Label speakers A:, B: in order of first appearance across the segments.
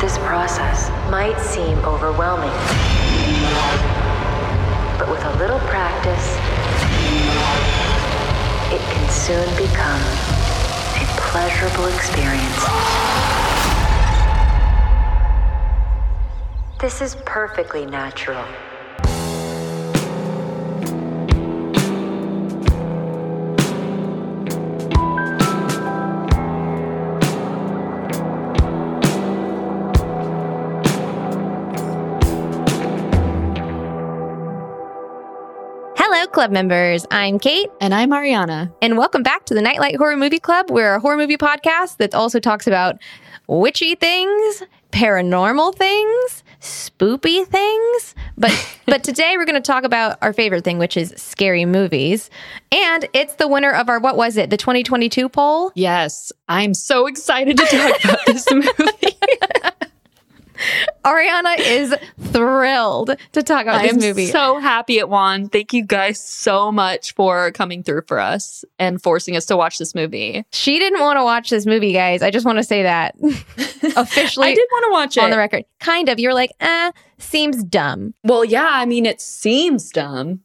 A: This process might seem overwhelming, but with a little practice, it can soon become a pleasurable experience. This is perfectly natural.
B: Hello, club members. I'm Kate,
C: And I'm Ariana.
B: and welcome back to the Nightlight Horror Movie Club. We're a horror movie podcast that also talks about witchy things, paranormal things, spoopy things. But but today we're going to talk about our favorite thing, which is scary movies. And it's the winner of our what was it? The 2022 poll.
C: Yes, I'm so excited to talk about this movie.
B: Ariana is thrilled to talk about
C: I am
B: this movie.
C: so happy it won. Thank you guys so much for coming through for us and forcing us to watch this movie.
B: she didn't want to watch this movie, guys. I just want to say that officially.
C: I did want to watch it.
B: on the record. Kind of. You're like, eh, seems dumb.
C: well, yeah, I mean, it seems dumb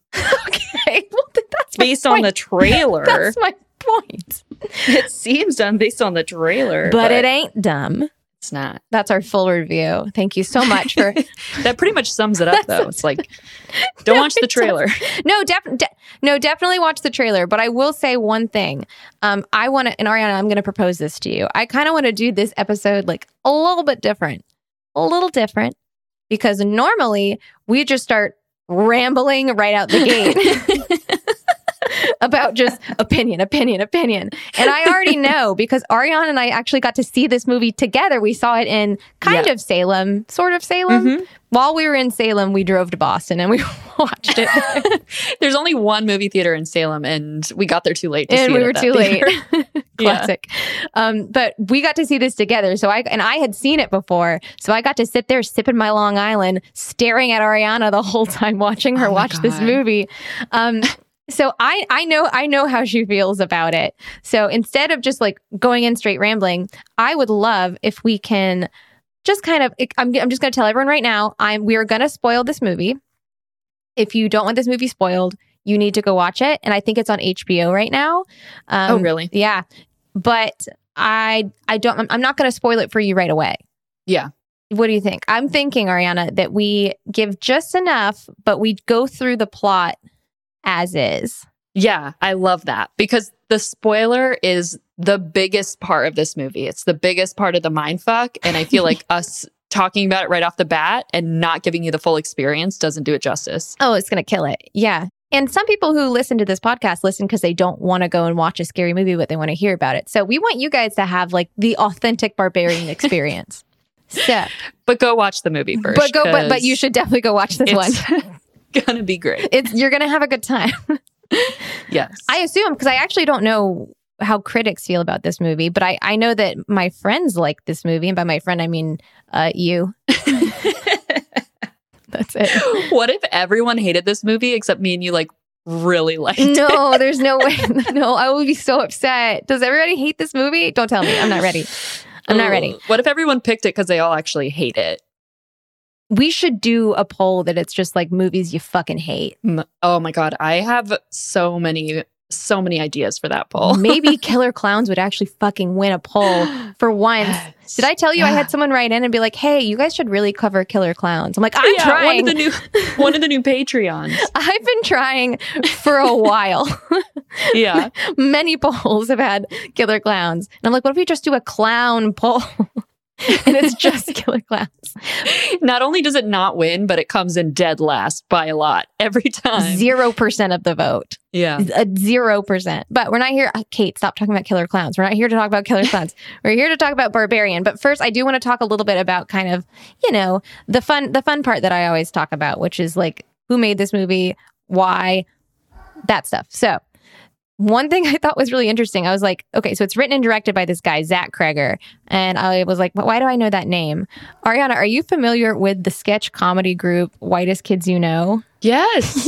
B: Okay. Well, th- that's my
C: based on
B: point.
C: the trailer.
B: That's my point.
C: it seems dumb based on the trailer,
B: But, it ain't dumb.
C: it's not.
B: That's our full review. Thank you so much for.
C: That pretty much sums it up, though. It's like, don't
B: No,
C: watch the
B: it doesn't.
C: trailer.
B: no, def- de- no, definitely watch the trailer. But I will say one thing. Um, I want to, and Ariana, I'm going to propose this to you. I kind of want to do this episode like a little bit different, a little different, because normally we just start rambling right out the gate. about just opinion, opinion, opinion. And I already know because Ariana and I actually got to see this movie together. We saw it in kind
C: Yeah.
B: of Salem, sort of Salem.
C: Mhm.
B: While we were in Salem, we drove to Boston and we watched it.
C: There's only one movie theater in Salem, and we got there too late. To
B: and
C: see
B: we
C: it at
B: were
C: that
B: too
C: theater.
B: late. Classic. Um, but we got to see this together. So I and I had seen it before. So I got to sit there sipping my Long Island, staring at Ariana the whole time, watching her
C: Oh my
B: watch this
C: God.
B: movie. Um, so I I know I know how she feels about it. So instead of just like going in straight rambling, I would love if we can just kind of I'm I'm just going to tell everyone right now, I'm we are going to spoil this movie. If you don't want this movie spoiled, you need to go watch it and I think it's on HBO right now. Um,
C: oh, really?
B: Yeah. But I I don't I'm- I'm not going to spoil it for you right away.
C: Yeah.
B: What do you think? I'm thinking Ariana that we give just enough but we go through the plot as is.
C: Yeah, I love that because the spoiler is the biggest part of this movie. It's the biggest part of the mind fuck. And I feel like us talking about it right off the bat and not giving you the full experience doesn't do it justice.
B: Oh, it's going to kill it. Yeah. And some people who listen to this podcast listen because they don't want to go and watch a scary movie, but they want to hear about it. So we want you guys to have like the authentic barbarian experience. so,
C: But go watch the movie first.
B: but go, but but you
C: 'cause
B: should definitely go watch this one.
C: it's gonna be great.
B: It's you're gonna have a good time.
C: Yes.
B: I assume because I actually don't know how critics feel about this movie, but I, I know that my friends like this movie, and by my friend I mean uh, you. That's it.
C: what if everyone hated this movie except me and you like really liked it?
B: No, there's no way. No, I will be so upset. Does everybody hate this movie? Don't tell me. I'm not ready. I'm not ready.
C: Ooh. What if everyone picked it because they all actually hate it?
B: We should do a poll that it's just like movies you fucking hate.
C: M- Oh my god, I have so many, so many ideas for that poll.
B: Maybe Killer Clowns would actually fucking win a poll for once. Did I tell you I had someone write in and be like, "Hey, you guys should really cover Killer Clowns"? I'm like, I'm
C: Yeah,
B: trying.
C: One of the new, one of the new Patreons.
B: I've been trying for a while.
C: Yeah,
B: Many polls have had killer clowns. And I'm like, what if we just do a clown poll? and it's just killer clowns.
C: not only does it not win, but it comes in dead last by a lot every time.
B: Zero percent of the vote.
C: Yeah,
B: A Zero percent. But we're not here. uh, Kate, stop talking about killer clowns. We're not here to talk about killer clowns. we're here to talk about barbarian. But first, I do want to talk a little bit about kind of, you know, the fun, the fun part that I always talk about, which is like who made this movie, why, that stuff. So one thing I thought was really interesting, I was like, okay, so it's written and directed by this guy, Zach Kreger. And I was like, why do I know that name? Ariana, are you familiar with the sketch comedy group Whitest Kids You Know?
C: Yes.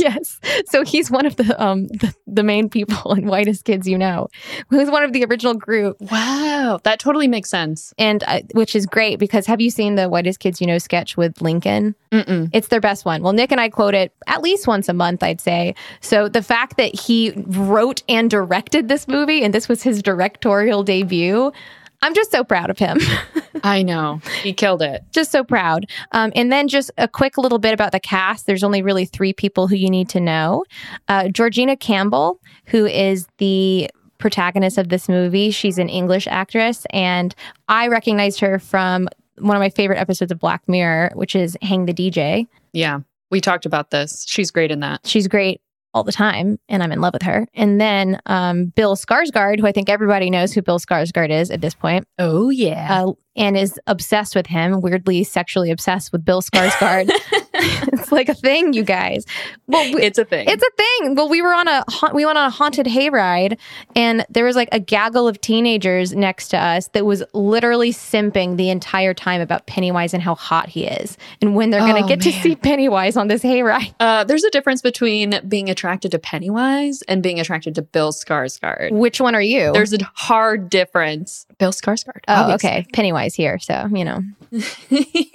B: Yes. So he's one of the um the, the main people in Whitest Kids You Know, who's one of the original group,
C: Wow. That totally makes sense.
B: and uh, which is great because have you seen the Whitest Kids You Know sketch with Lincoln?
C: Mm-mm.
B: It's their best one. Well, Nick and I quote it at least once a month, I'd say. So the fact that he wrote and directed this movie, and this was his directorial debut, I'm just so proud of him.
C: I know. He killed it.
B: just so proud. Um, and then just a quick little bit about the cast. There's only really three people who you need to know. Uh, Georgina Campbell, who is the protagonist of this movie, she's an English actress, and I recognized her from one of my favorite episodes of Black Mirror, which is Hang the DJ.
C: Yeah. We talked about this. She's great in that.
B: She's great all the time, and I'm in love with her. And then um, Bill Skarsgård, who I think everybody knows who Bill Skarsgård is at this point.
C: Oh, yeah.
B: uh, and is obsessed with him, weirdly sexually obsessed with Bill Skarsgård. it's like a thing, you guys. Well, we,
C: it's a thing.
B: it's a thing. Well, we were on a ha- we went on a haunted hayride, and there was like a gaggle of teenagers next to us that was literally simping the entire time about Pennywise and how hot he is, and when they're going to
C: Oh,
B: get to
C: man.
B: see Pennywise on this hayride.
C: Uh, there's a difference between being attracted to Pennywise and being attracted to Bill Skarsgård.
B: Which one are you?
C: There's a hard difference. Bill Skarsgård.
B: oh, okay, Pennywise here. So you know,
C: okay.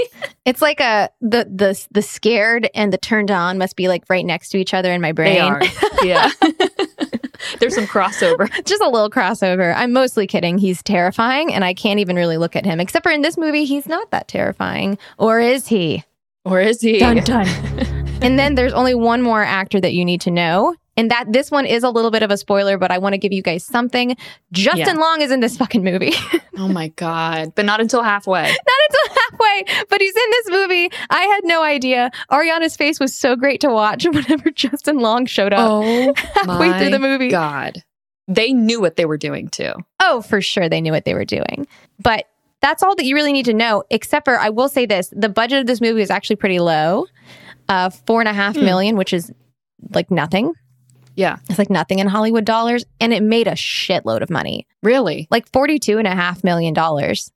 B: It's like a the the the scared and the turned on must be like right next to each other in my brain.
C: they are. Yeah. there's some crossover.
B: Just a little crossover. I'm mostly kidding. He's terrifying and I can't even really look at him except for in this movie he's not that terrifying or is he?
C: Or is he?
B: Dun dun. and then there's only one more actor that you need to know. And that this one is a little bit of a spoiler, but I want to give you guys something. Justin
C: Yeah.
B: Long is in this fucking movie.
C: Oh my God. But not until halfway.
B: until halfway, but he's in this movie. I had no idea. Ariana's face was so great to watch whenever Justin Long showed up.
C: Oh,
B: halfway through the movie.
C: God. They knew what they were doing too.
B: Oh, for sure they knew what they were doing. But that's all that you really need to know, except for I will say this the budget of this movie is actually pretty low uh, four and a half
C: Hmm.
B: million, which is like nothing.
C: Yeah.
B: It's like nothing in Hollywood dollars. And it made a shitload of money,
C: Really?
B: like $42.5 million. dollars.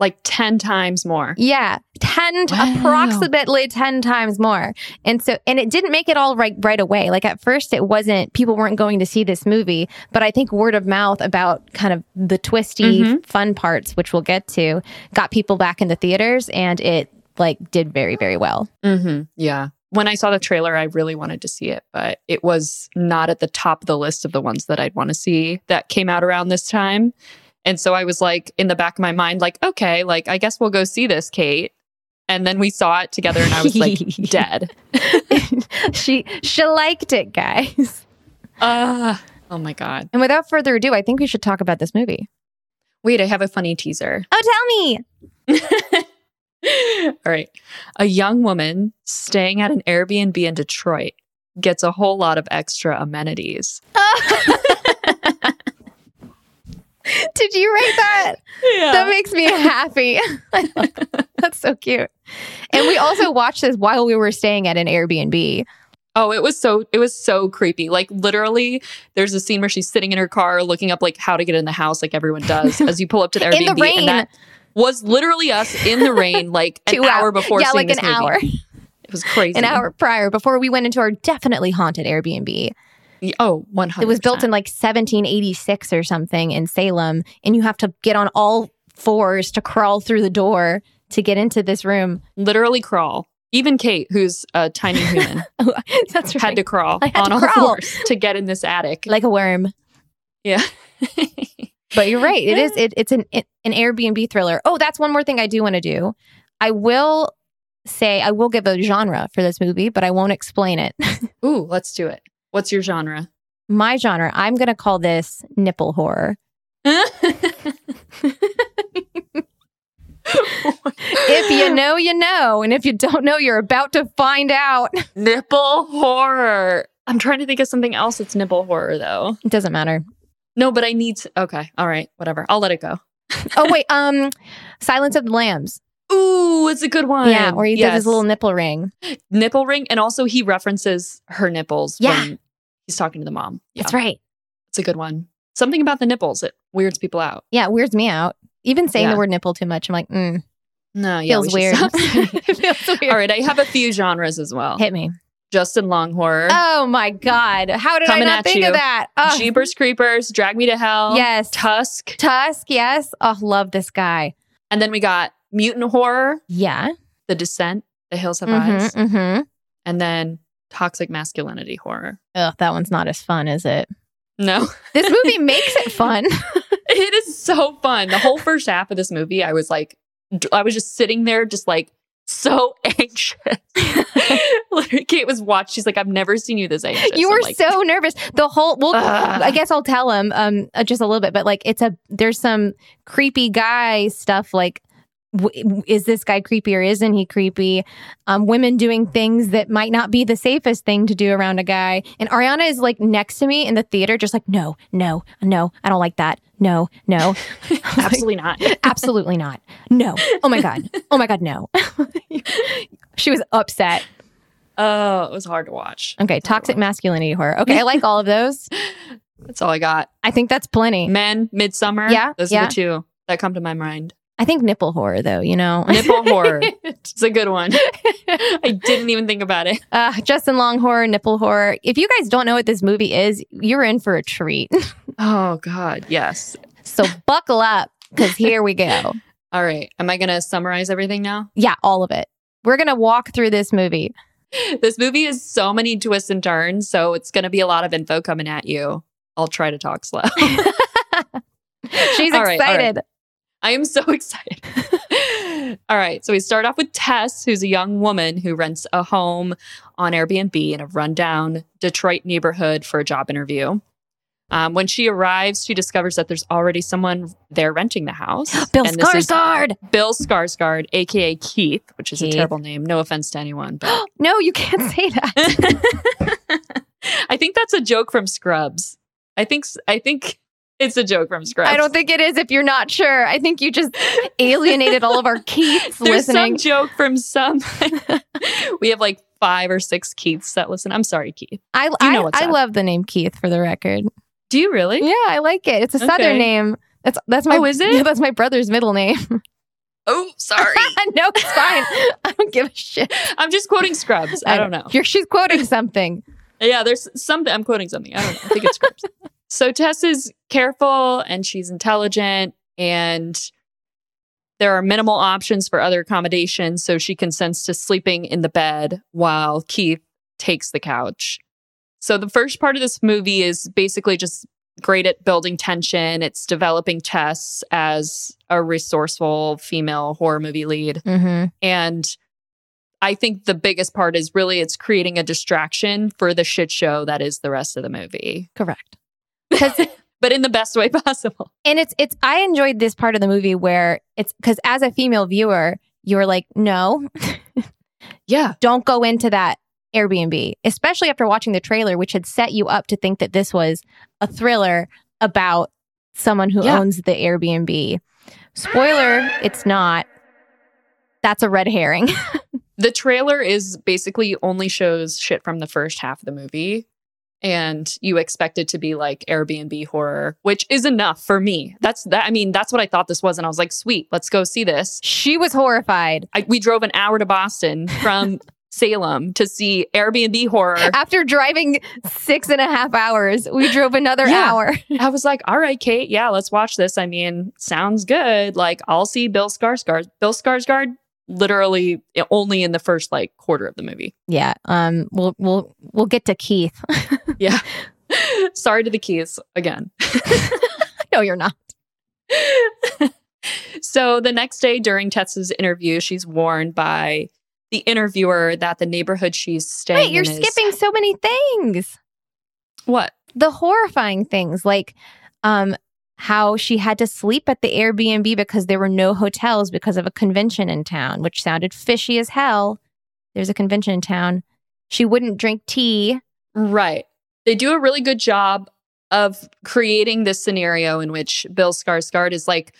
C: like 10 times more.
B: Yeah, 10 t-
C: Wow.
B: approximately 10 times more. And so and it didn't make it all right right away. Like at first it wasn't people weren't going to see this movie, but I think word of mouth about kind of the twisty
C: Mhm.
B: fun parts which we'll get to got people back in the theaters and it like did very very well.
C: Mm-hmm. Yeah. When I saw the trailer, I really wanted to see it, but it was not at the top of the list of the ones that I'd want to see that came out around this time. And so I was like in the back of my mind, like, okay, like I guess we'll go see this, Kate. And then we saw it together and I was like dead.
B: she she liked it, guys.
C: Uh, oh my God.
B: And without further ado, I think we should talk about this movie.
C: Wait, I have a funny teaser.
B: Oh, tell me.
C: All right. A young woman staying at an Airbnb in Detroit gets a whole lot of extra amenities.
B: Did you write that? That makes me happy. I love that. That's so cute. And we also watched this while we were staying at an Airbnb.
C: Oh, it was so it was so creepy. Like literally, there's a scene where she's sitting in her car looking up like how to get in the house, like everyone does, as you pull up to the Airbnb.
B: In the rain.
C: And that was literally us in the rain, like an
B: Two
C: hour
B: hours.
C: before.
B: yeah,
C: seeing
B: like an
C: this movie.
B: hour,
C: It was crazy.
B: an hour prior before we went into our definitely haunted Airbnb.
C: Yeah, Oh, one hundred.
B: It was built in like 1786 or something in Salem, and you have to get on all fours to crawl through the door to get into this room.
C: literally crawl. Even Kate, who's a tiny human,
B: That's right.
C: had to crawl
B: I had
C: on
B: to
C: all
B: crawl.
C: fours to get in this attic.
B: like a worm.
C: yeah.
B: But you're right. It is. It, it's an it, an Airbnb thriller. Oh, that's one more thing I do want to do. I will say I will give a genre for this movie, but I won't explain it.
C: Ooh, let's do it. What's your genre?
B: My genre. I'm going to call this nipple horror. If you know, you know, and if you don't know, you're about to find out.
C: nipple horror. I'm trying to think of something else that's nipple horror though.
B: It doesn't matter.
C: No, but I need to. Okay. All right. Whatever. I'll let it go.
B: Oh wait, um, Silence of the Lambs.
C: Ooh, it's a good one.
B: Yeah, where he does
C: Oh, Yes.
B: his little nipple ring.
C: nipple ring. And also, he references her nipples
B: Yeah.
C: when he's talking to the mom. Yeah.
B: That's right.
C: It's a good one. Something about the nipples, it weirds people out.
B: Yeah, it weirds me out. Even saying
C: Yeah.
B: the word nipple too much, I'm like, mm,
C: No, yeah.
B: feels
C: we
B: weird.
C: should stop saying it.
B: feels weird.
C: All right. I have a few genres as well.
B: Hit me.
C: Justin Longhorn,
B: Oh my God. How did
C: Coming
B: I not
C: at
B: think
C: you.
B: of that? Oh,
C: Jeepers Creepers, Drag Me to Hell,
B: Yes.
C: Tusk,
B: Tusk. Yes. Oh, love this guy.
C: and then we got Mutant Horror,
B: Yeah.
C: The Descent, The Hills Have Eyes,
B: Mm-hmm, mm-hmm.
C: and then Toxic Masculinity Horror.
B: Ugh, that one's not as fun, is it?
C: No,
B: This movie makes it fun.
C: it is so fun. The whole first half of this movie, I was like, d- I was just sitting there, just like so anxious. Literally, Kate was watched. She's like, I've never seen you this anxious.
B: you
C: I'm
B: were
C: like,
B: so nervous. The whole, well,
C: Ugh.
B: I guess I'll tell him um, uh, just a little bit, but like it's a, there's some creepy guy stuff like, w- is this guy creepy or isn't he creepy? Um, women doing things that might not be the safest thing to do around a guy. And Ariana is like next to me in the theater, just like, no, no, no, I don't like that. No, no,
C: absolutely not.
B: absolutely not. No. Oh my God. Oh my God, no. she was upset.
C: Oh, it was hard to watch.
B: Okay. Toxic masculinity horror. Okay. I like all of those.
C: That's all I got.
B: I think that's plenty.
C: Men, Midsummer.
B: Yeah,
C: Those
B: yeah.
C: are the two that come to my mind.
B: I think nipple horror, though, you know?
C: Nipple horror. It's a good one. I didn't even think about it.
B: Uh, Justin Long horror, nipple horror. If you guys don't know what this movie is, you're in for a treat.
C: Oh, God. Yes.
B: so buckle up because here we go.
C: All right. Am I going to summarize everything now?
B: Yeah, all of it. We're going to walk through this movie.
C: This movie is so many twists and turns. So it's going to be a lot of info coming at you. I'll try to talk slow.
B: She's
C: All right, all right.
B: excited.
C: I am so excited. All right. So we start off with Tess, who's a young woman who rents a home on Airbnb in a rundown Detroit neighborhood for a job interview. Um, when she arrives, she discovers that there's already someone there renting the house.
B: Bill
C: And this is
B: Skarsgård.
C: Bill Skarsgård, aka Keith, which is
B: Keith.
C: a terrible name. No offense to anyone, but
B: No, you can't say that.
C: I think that's a joke from Scrubs. I think s- I think it's a joke from Scrubs.
B: I don't think it is if you're not sure. I think you just alienated all of our Keiths
C: There's
B: listening.
C: some joke from some. we have like five or six Keiths that listen. I'm sorry, Keith.
B: I,
C: you
B: I,
C: know what's
B: I
C: up.
B: love the name Keith for the record.
C: Do you really?
B: Yeah, I like it. It's a
C: Okay.
B: southern name. That's that's my
C: Oh, is it?
B: Yeah, that's my brother's middle name.
C: Oh, sorry.
B: no, it's fine. I don't give a shit.
C: I'm just quoting Scrubs. I don't know.
B: You're, she's quoting something.
C: Yeah, there's something. I'm quoting something. I don't know. I think it's Scrubs. so Tess is careful and she's intelligent, and there are minimal options for other accommodations. So she consents to sleeping in the bed while Keith takes the couch. So the first part of this movie is basically just great at building tension. It's developing Tess as a resourceful female horror movie lead.
B: Mm-hmm.
C: And I think the biggest part is really it's creating a distraction for the shit show that is the rest of the movie,
B: Correct. 'Cause-
C: but in the best way possible.
B: and it's it's I enjoyed this part of the movie where it's because as a female viewer, you're like, no,
C: Yeah.
B: don't go into that Airbnb, especially after watching the trailer, which had set you up to think that this was a thriller about someone who
C: Yeah.
B: owns the Airbnb. Spoiler, it's not. That's a red herring.
C: The trailer is basically only shows shit from the first half of the movie. And you expect it to be like Airbnb horror, which is enough for me. That's that. I mean, that's what I thought this was. And I was like, sweet, let's go see this.
B: she was horrified
C: I, we drove an hour to Boston from Salem to see Airbnb horror.
B: after driving six and a half hours. We drove another
C: Yeah.
B: hour.
C: I was like, all right, Kate, yeah, let's watch this. I mean, sounds good. Like, I'll see Bill Skarsgård. Bill Skarsgård literally eh, only in the first like quarter of the movie.
B: Yeah. Um. We'll we'll we'll get to Keith.
C: Yeah. Sorry to the keys again.
B: no, you're not.
C: So the next day during Tess's interview, she's warned by the interviewer that the neighborhood she's staying
B: Wait, you're
C: in is-
B: skipping so many things.
C: what?
B: The horrifying things, like, um, how she had to sleep at the Airbnb because there were no hotels because of a convention in town, which sounded fishy as hell. There's a convention in town. She wouldn't drink tea.
C: Right. They do a really good job of creating this scenario in which Bill Skarsgård is like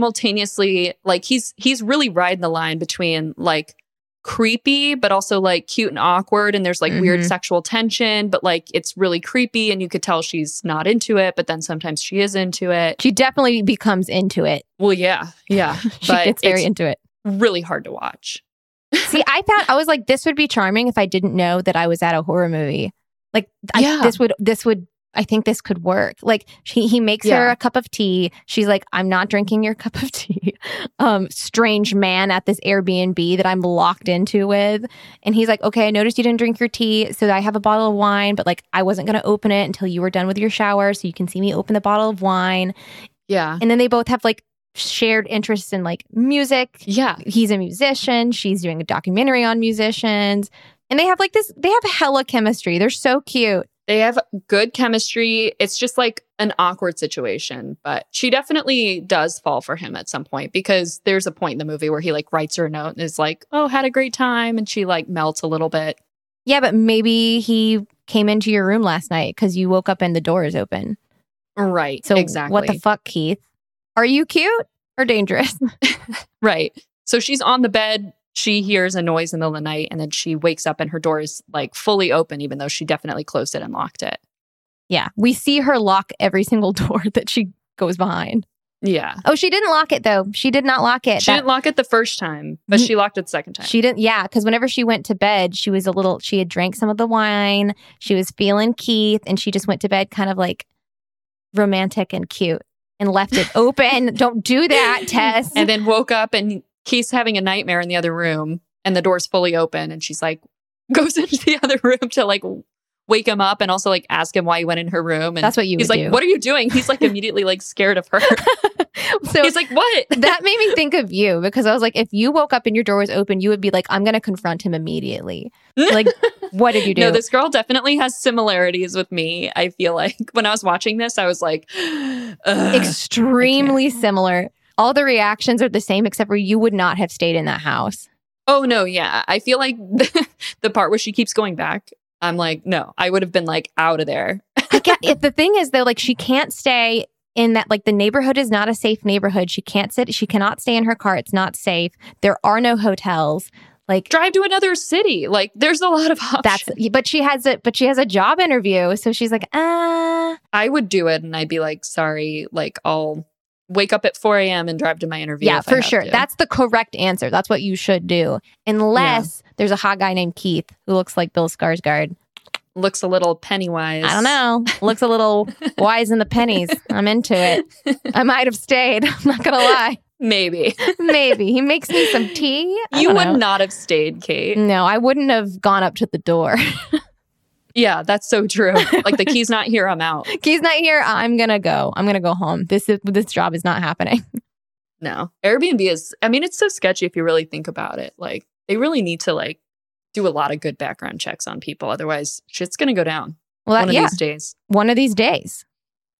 C: simultaneously like he's he's really riding the line between like creepy but also like cute and awkward and there's like weird
B: Mhm.
C: sexual tension but like it's really creepy and you could tell she's not into it but then sometimes she is into it.
B: She definitely becomes into it.
C: Well yeah. Yeah.
B: She
C: But
B: gets very
C: it's-
B: into it.
C: really hard to watch.
B: See, I found I was like, this would be charming if I didn't know that I was at a horror movie. Like, I,
C: Yeah.
B: this would this would I think this could work. Like, she, he makes her
C: Yeah.
B: a cup of tea. She's like, I'm not drinking your cup of tea. Um, strange man at this Airbnb that I'm locked into with, and he's like, okay, I noticed you didn't drink your tea, so I have a bottle of wine, but like, I wasn't gonna open it until you were done with your shower, so you can see me open the bottle of wine.
C: Yeah.
B: And then they both have like shared interests in like music
C: Yeah.
B: he's a musician she's doing a documentary on musicians and they have like this they have hella chemistry they're so cute
C: They have good chemistry. It's just like an awkward situation, but she definitely does fall for him at some point because there's a point in the movie where he like writes her a note and is like, "Oh, had a great time," and she like melts a little bit.
B: yeah but maybe he came into your room last night because you woke up and the door is open
C: Right.
B: so
C: exactly.
B: what the fuck keith are you cute or dangerous
C: Right. So she's on the bed. She hears a noise in the middle of the night, and then she wakes up and her door is like fully open, even though she definitely closed it and locked it.
B: yeah we see her lock every single door that she goes behind
C: Yeah.
B: oh she didn't lock it though she did not lock it
C: She
B: That-
C: didn't lock it the first time, but she locked it the second time.
B: She didn't, yeah, because whenever she went to bed, she was a little, she had drank some of the wine. She was feeling Keith and she just went to bed kind of like romantic and cute and left it open. Don't do that, Tess.
C: and then woke up and Keith's having a nightmare in the other room, and the door's fully open, and she's like, goes into the other room to like wake him up and also like ask him why he went in her room. And
B: That's what you
C: he's
B: would
C: like,
B: do.
C: "What are you doing?" He's like immediately like scared of her.
B: so
C: he's like, "What?"
B: that made me think of you because I was like, if you woke up and your door was open, you would be like, I'm going to confront him immediately. Like, what did you do?
C: No, this girl definitely has similarities with me. I feel like when I was watching this, I was like, Ugh.
B: Extremely similar. All the reactions are the same, except for you would not have stayed in that house.
C: "Oh no, yeah." I feel like the part where she keeps going back, I'm like, "No, I would have been like out of there."
B: I get if the thing is though, like she can't stay in that like the neighborhood is not a safe neighborhood. She can't sit she cannot stay in her car. It's not safe. There are no hotels. Like
C: Drive to another city. Like, there's a lot of options.
B: that's but she has a but she has a job interview. So she's like, uh
C: I would do it, and I'd be like, "Sorry, like I'll." Wake up at 4 a.m. and drive to my interview.
B: yeah,
C: if I
B: for
C: have
B: sure.
C: to.
B: That's the correct answer. That's what you should do. Unless there's a hot guy named Keith who looks like Bill Skarsgård.
C: looks a little Pennywise.
B: I don't know. Looks a little wise in the pennies. I'm into it. I might have stayed. I'm not gonna lie.
C: Maybe
B: Maybe he makes me some tea. I
C: you
B: don't
C: would
B: know. Mm.
C: not have stayed, Kate.
B: No, I wouldn't have gone up to the door.
C: Yeah, that's so true. Like the key's not here. I'm out.
B: He's not here. I'm gonna go. I'm gonna go home. This is this job is not happening.
C: No. Airbnb is I mean it's so sketchy if you really think about it. Like they really need to like do a lot of good background checks on people otherwise shit's going to go down
B: Well, that,
C: one of
B: yeah,
C: these days.
B: one of these days.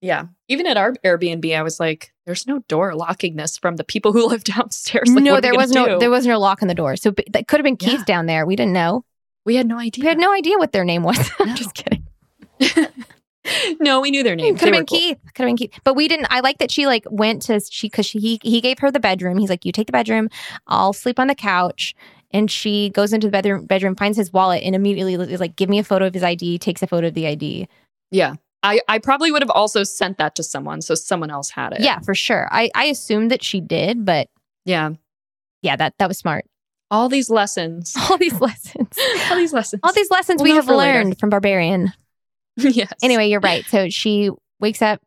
C: Yeah. Even at our Airbnb I was like there's no door locking this from the people who live downstairs. Like,
B: no,
C: what are
B: there
C: we
B: was
C: gonna
B: no
C: do?
B: there was no lock on the door. So b- that could have been Keith
C: Yeah.
B: down there. We didn't know.
C: we had no idea.
B: We had no idea what their name was. I'm
C: No.
B: just kidding.
C: no, we knew their
B: Could
C: names.
B: have
C: They
B: been
C: were cool.
B: Keith. Could have been Keith. But we didn't. I like that she like went to she because she he he gave her the bedroom. He's like, you take the bedroom. I'll sleep on the couch. And she goes into the bedroom, bedroom, finds his wallet, and immediately is like, "Give me a photo of his ID." Takes a photo of the ID.
C: Yeah. I, I probably would have also sent that to someone so someone else had it.
B: Yeah, for sure. I I assumed that she did, but
C: Yeah.
B: yeah, that that was smart.
C: All these lessons.
B: All these lessons.
C: All these lessons.
B: All these lessons
C: We'll
B: we
C: know
B: have
C: for later.
B: learned from Barbarian.
C: yes.
B: Anyway, you're right. So she wakes up,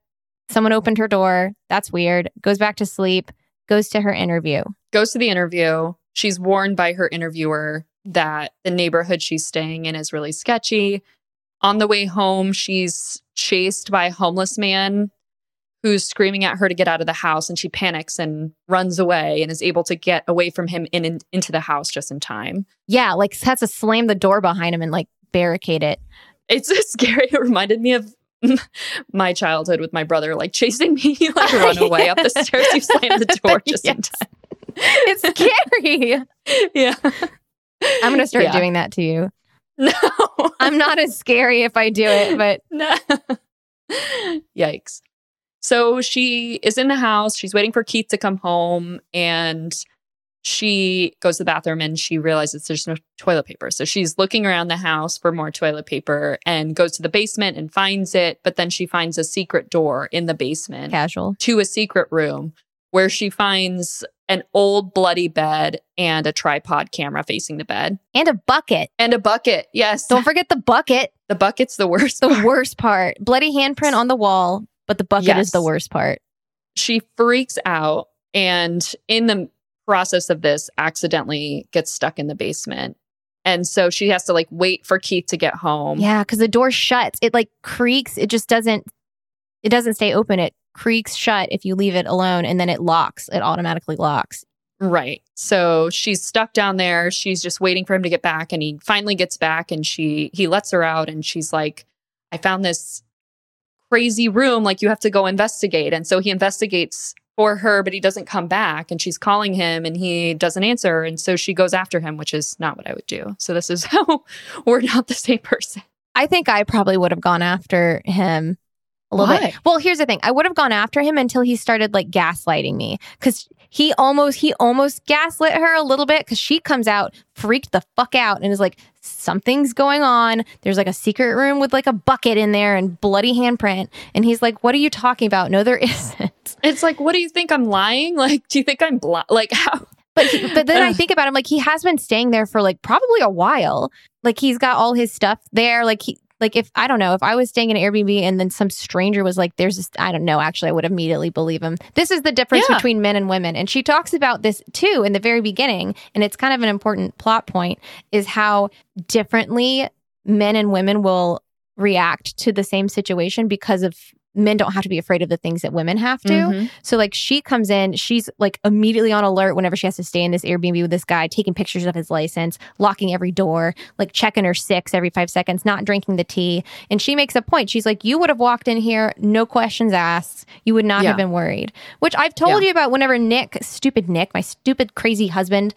B: someone opened her door. That's weird. Goes back to sleep, goes to her interview.
C: goes to the interview. She's warned by her interviewer that the neighborhood she's staying in is really sketchy. On the way home, she's chased by a homeless man who's screaming at her to get out of the house, and she panics and runs away and is able to get away from him in, in- into the house just in time.
B: Yeah, like has to slam the door behind him and like barricade it.
C: It's so scary. It reminded me of my childhood with my brother, like chasing me, He, like run away up the stairs. You slam the door just in
B: Yes.
C: time.
B: It's scary.
C: Yeah,
B: I'm gonna start
C: Yeah.
B: doing that to you.
C: No,
B: I'm not as scary if I do it, but
C: No. Yikes. So she is in the house. She's waiting for Keith to come home and she goes to the bathroom and she realizes there's no toilet paper. So she's looking around the house for more toilet paper and goes to the basement and finds it. But then she finds a secret door in the basement
B: casual.
C: to a secret room where she finds an old bloody bed and a tripod camera facing the bed
B: and a bucket.
C: and a bucket. Yes.
B: Don't forget the bucket.
C: the bucket's the worst.
B: The worst part. Bloody handprint on the wall, but the bucket is
C: Yes.
B: the worst part.
C: she freaks out and in the process of this accidentally gets stuck in the basement. And so she has to like wait for Keith to get home.
B: Yeah, because the door shuts. It like creaks. It just doesn't. It doesn't stay open. It creaks shut if you leave it alone, and then it locks. It automatically locks.
C: Right. So she's stuck down there. She's just waiting for him to get back and he finally gets back and she he lets her out and she's like I found this crazy room like you have to go investigate. And so he investigates for her but he doesn't come back and she's calling him and he doesn't answer and so she goes after him which is not what I would do. So this is how we're not the same person.
B: I think I probably would have gone after him a little bit.
C: Why?
B: Well, here's the thing. I would have gone after him until he started like gaslighting me cuz he almost he almost gaslit her a little bit cuz she comes out freaked the fuck out and is like something's going on. There's like a secret room with like a bucket in there and bloody handprint and he's like what are you talking about? No there isn't.
C: It's like what do you think I'm lying? Like do you think I'm bl- like how
B: But he, but then I think about him like he has been staying there for like probably a while. Like he's got all his stuff there. Like he like if I don't know if I was staying in an Airbnb and then some stranger was like, "There's this," I don't know. Actually, I would immediately believe him. This is the difference
C: Yeah.
B: between men and women, and she talks about this too in the very beginning, and it's kind of an important plot point is how differently men and women will react to the same situation because of men don't have to be afraid of the things that women have to. So like she comes in, she's like immediately on alert whenever she has to stay in this Airbnb with this guy, taking pictures of his license, locking every door, like checking her six every five seconds, not drinking the tea. And she makes a point. She's like, You would have walked in here, no questions asked. You would not
C: Yeah.
B: have been worried. Which I've told
C: Yeah.
B: you about whenever Nick, stupid Nick, my stupid crazy husband,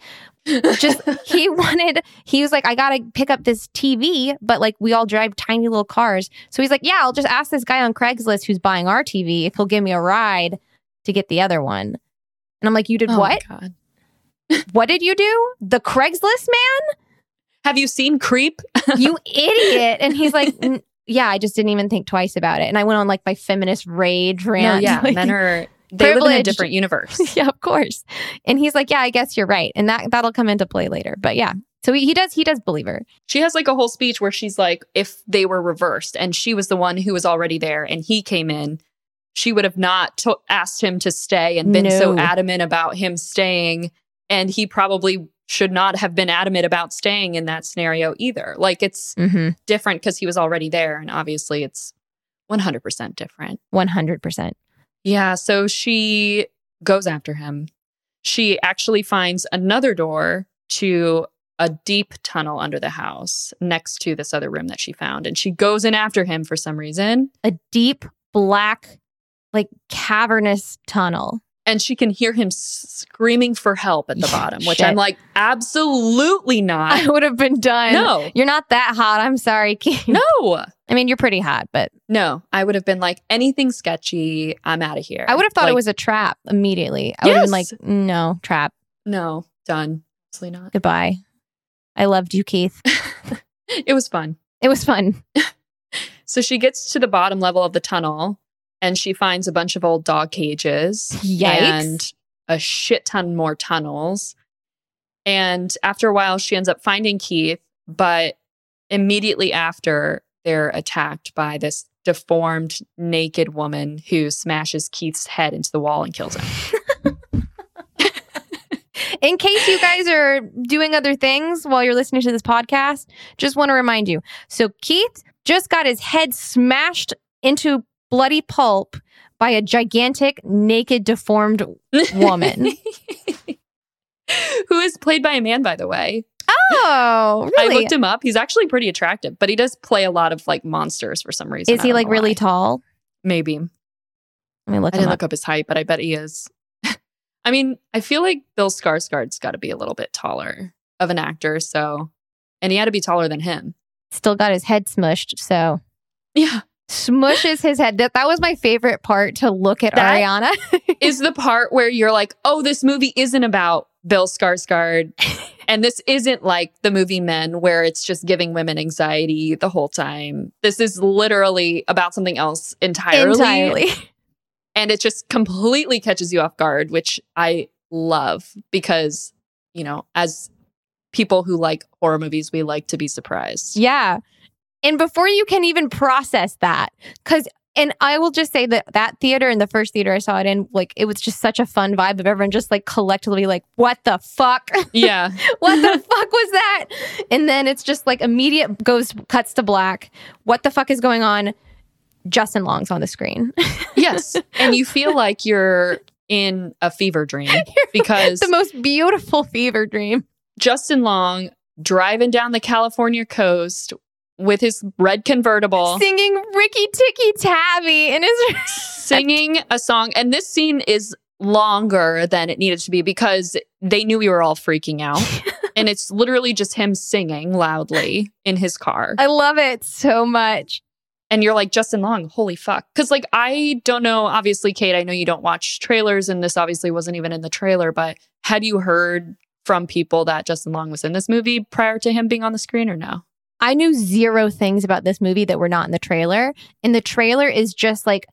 B: just he wanted he was like i gotta pick up this tv but like we all drive tiny little cars so he's like yeah i'll just ask this guy on craigslist who's buying our tv if he'll give me a ride to get the other one and i'm like you did
C: Oh my
B: what
C: God.
B: what did you do the craigslist
C: Have you seen Creep?
B: man you idiot and he's like "N- yeah i just didn't even think twice about it and i went on like my feminist rage rant
C: yeah,
B: Like-
C: men are they live in a
B: privileged.
C: different universe.
B: yeah, of course. And he's like, "Yeah, I guess you're right." And that that'll come into play later. But yeah, so he, he does he does believe her.
C: She has like a whole speech where she's like, if they were reversed and she was the one who was already there and he came in, she would have not to- asked him to stay and been so
B: No.
C: adamant about him staying. And he probably should not have been adamant about staying in that scenario either. Like it's
B: Mm-hmm.
C: different because he was already there. And obviously it's 100% different.
B: One hundred percent.
C: Yeah, so she goes after him. She actually finds another door to a deep tunnel under the house next to this other room that she found. And she goes in after him for some reason.
B: a deep black like cavernous tunnel
C: And she can hear him s- screaming for help at the bottom, which
B: Shit.
C: I'm like, absolutely
B: i
C: not.
B: would have been done
C: No,
B: you're not that hot i'm sorry Keith.
C: no,
B: i mean you're pretty hot but
C: no. I would have been like, anything sketchy, I'm out of here.
B: i would have thought
C: Like,
B: it was a trap immediately i would have been like
C: Yes.
B: no trap
C: no, done. Absolutely not.
B: goodbye i loved you keith
C: It was fun.
B: it was fun
C: So she gets to the bottom level of the tunnel and she finds a bunch of old dog cages
B: Yikes.
C: and a shit ton more tunnels. And after a while, she ends up finding Keith, but immediately after, they're attacked by this deformed, naked woman who smashes Keith's head into the wall and kills him.
B: in case you guys are doing other things while you're listening to this podcast just want to remind you so keith just got his head smashed into bloody pulp by a gigantic naked deformed woman
C: who is played by a man, by the way.
B: Oh,
C: I
B: really?
C: looked him up. He's actually pretty attractive, but he does play a lot of like monsters for some reason.
B: Is
C: I
B: he
C: don't
B: like
C: know
B: really
C: why.
B: tall?
C: Maybe.
B: Let me look
C: I
B: him
C: didn't
B: up.
C: look up his height, but I bet he is. I mean, I feel like Bill Skarsgård's got to be a little bit taller of an actor, so and he had to be taller than him.
B: Still got his head smushed. So
C: Yeah,
B: smushes his head. That that was my favorite part to look at
C: That-
B: Ariana.
C: is the part where you're like, oh, this movie isn't about Bill Skarsgård, and this isn't like the movie Men, where it's just giving women anxiety the whole time. This is literally about something else entirely,
B: Entirely.
C: and it just completely catches you off guard, which I love because, you know, as people who like horror movies, we like to be surprised.
B: Yeah. And before you can even process that, because, and I will just say that that theater and the first theater I saw it in, like, it was just such a fun vibe of everyone just like collectively, like, what the fuck?
C: Yeah.
B: what the fuck was that? And then it's just like immediate goes, cuts to black. What the fuck is going on? Justin Long's on the screen.
C: yes. And you feel like you're in a fever dream because
B: the most beautiful fever dream.
C: Justin Long driving down the California coast with his red convertible
B: Singing Ricky Ticky Tabby and his.
C: singing a song and this scene is longer than it needed to be because they knew we were all freaking out and it's literally just him singing loudly in his car
B: I love it so much.
C: and you're like Justin Long holy fuck cuz like I don't know obviously Kate I know you don't watch trailers and this obviously wasn't even in the trailer but had you heard from people that Justin Long was in this movie prior to him being on the screen or no
B: I knew zero things about this movie that were not in the trailer. And the trailer is just like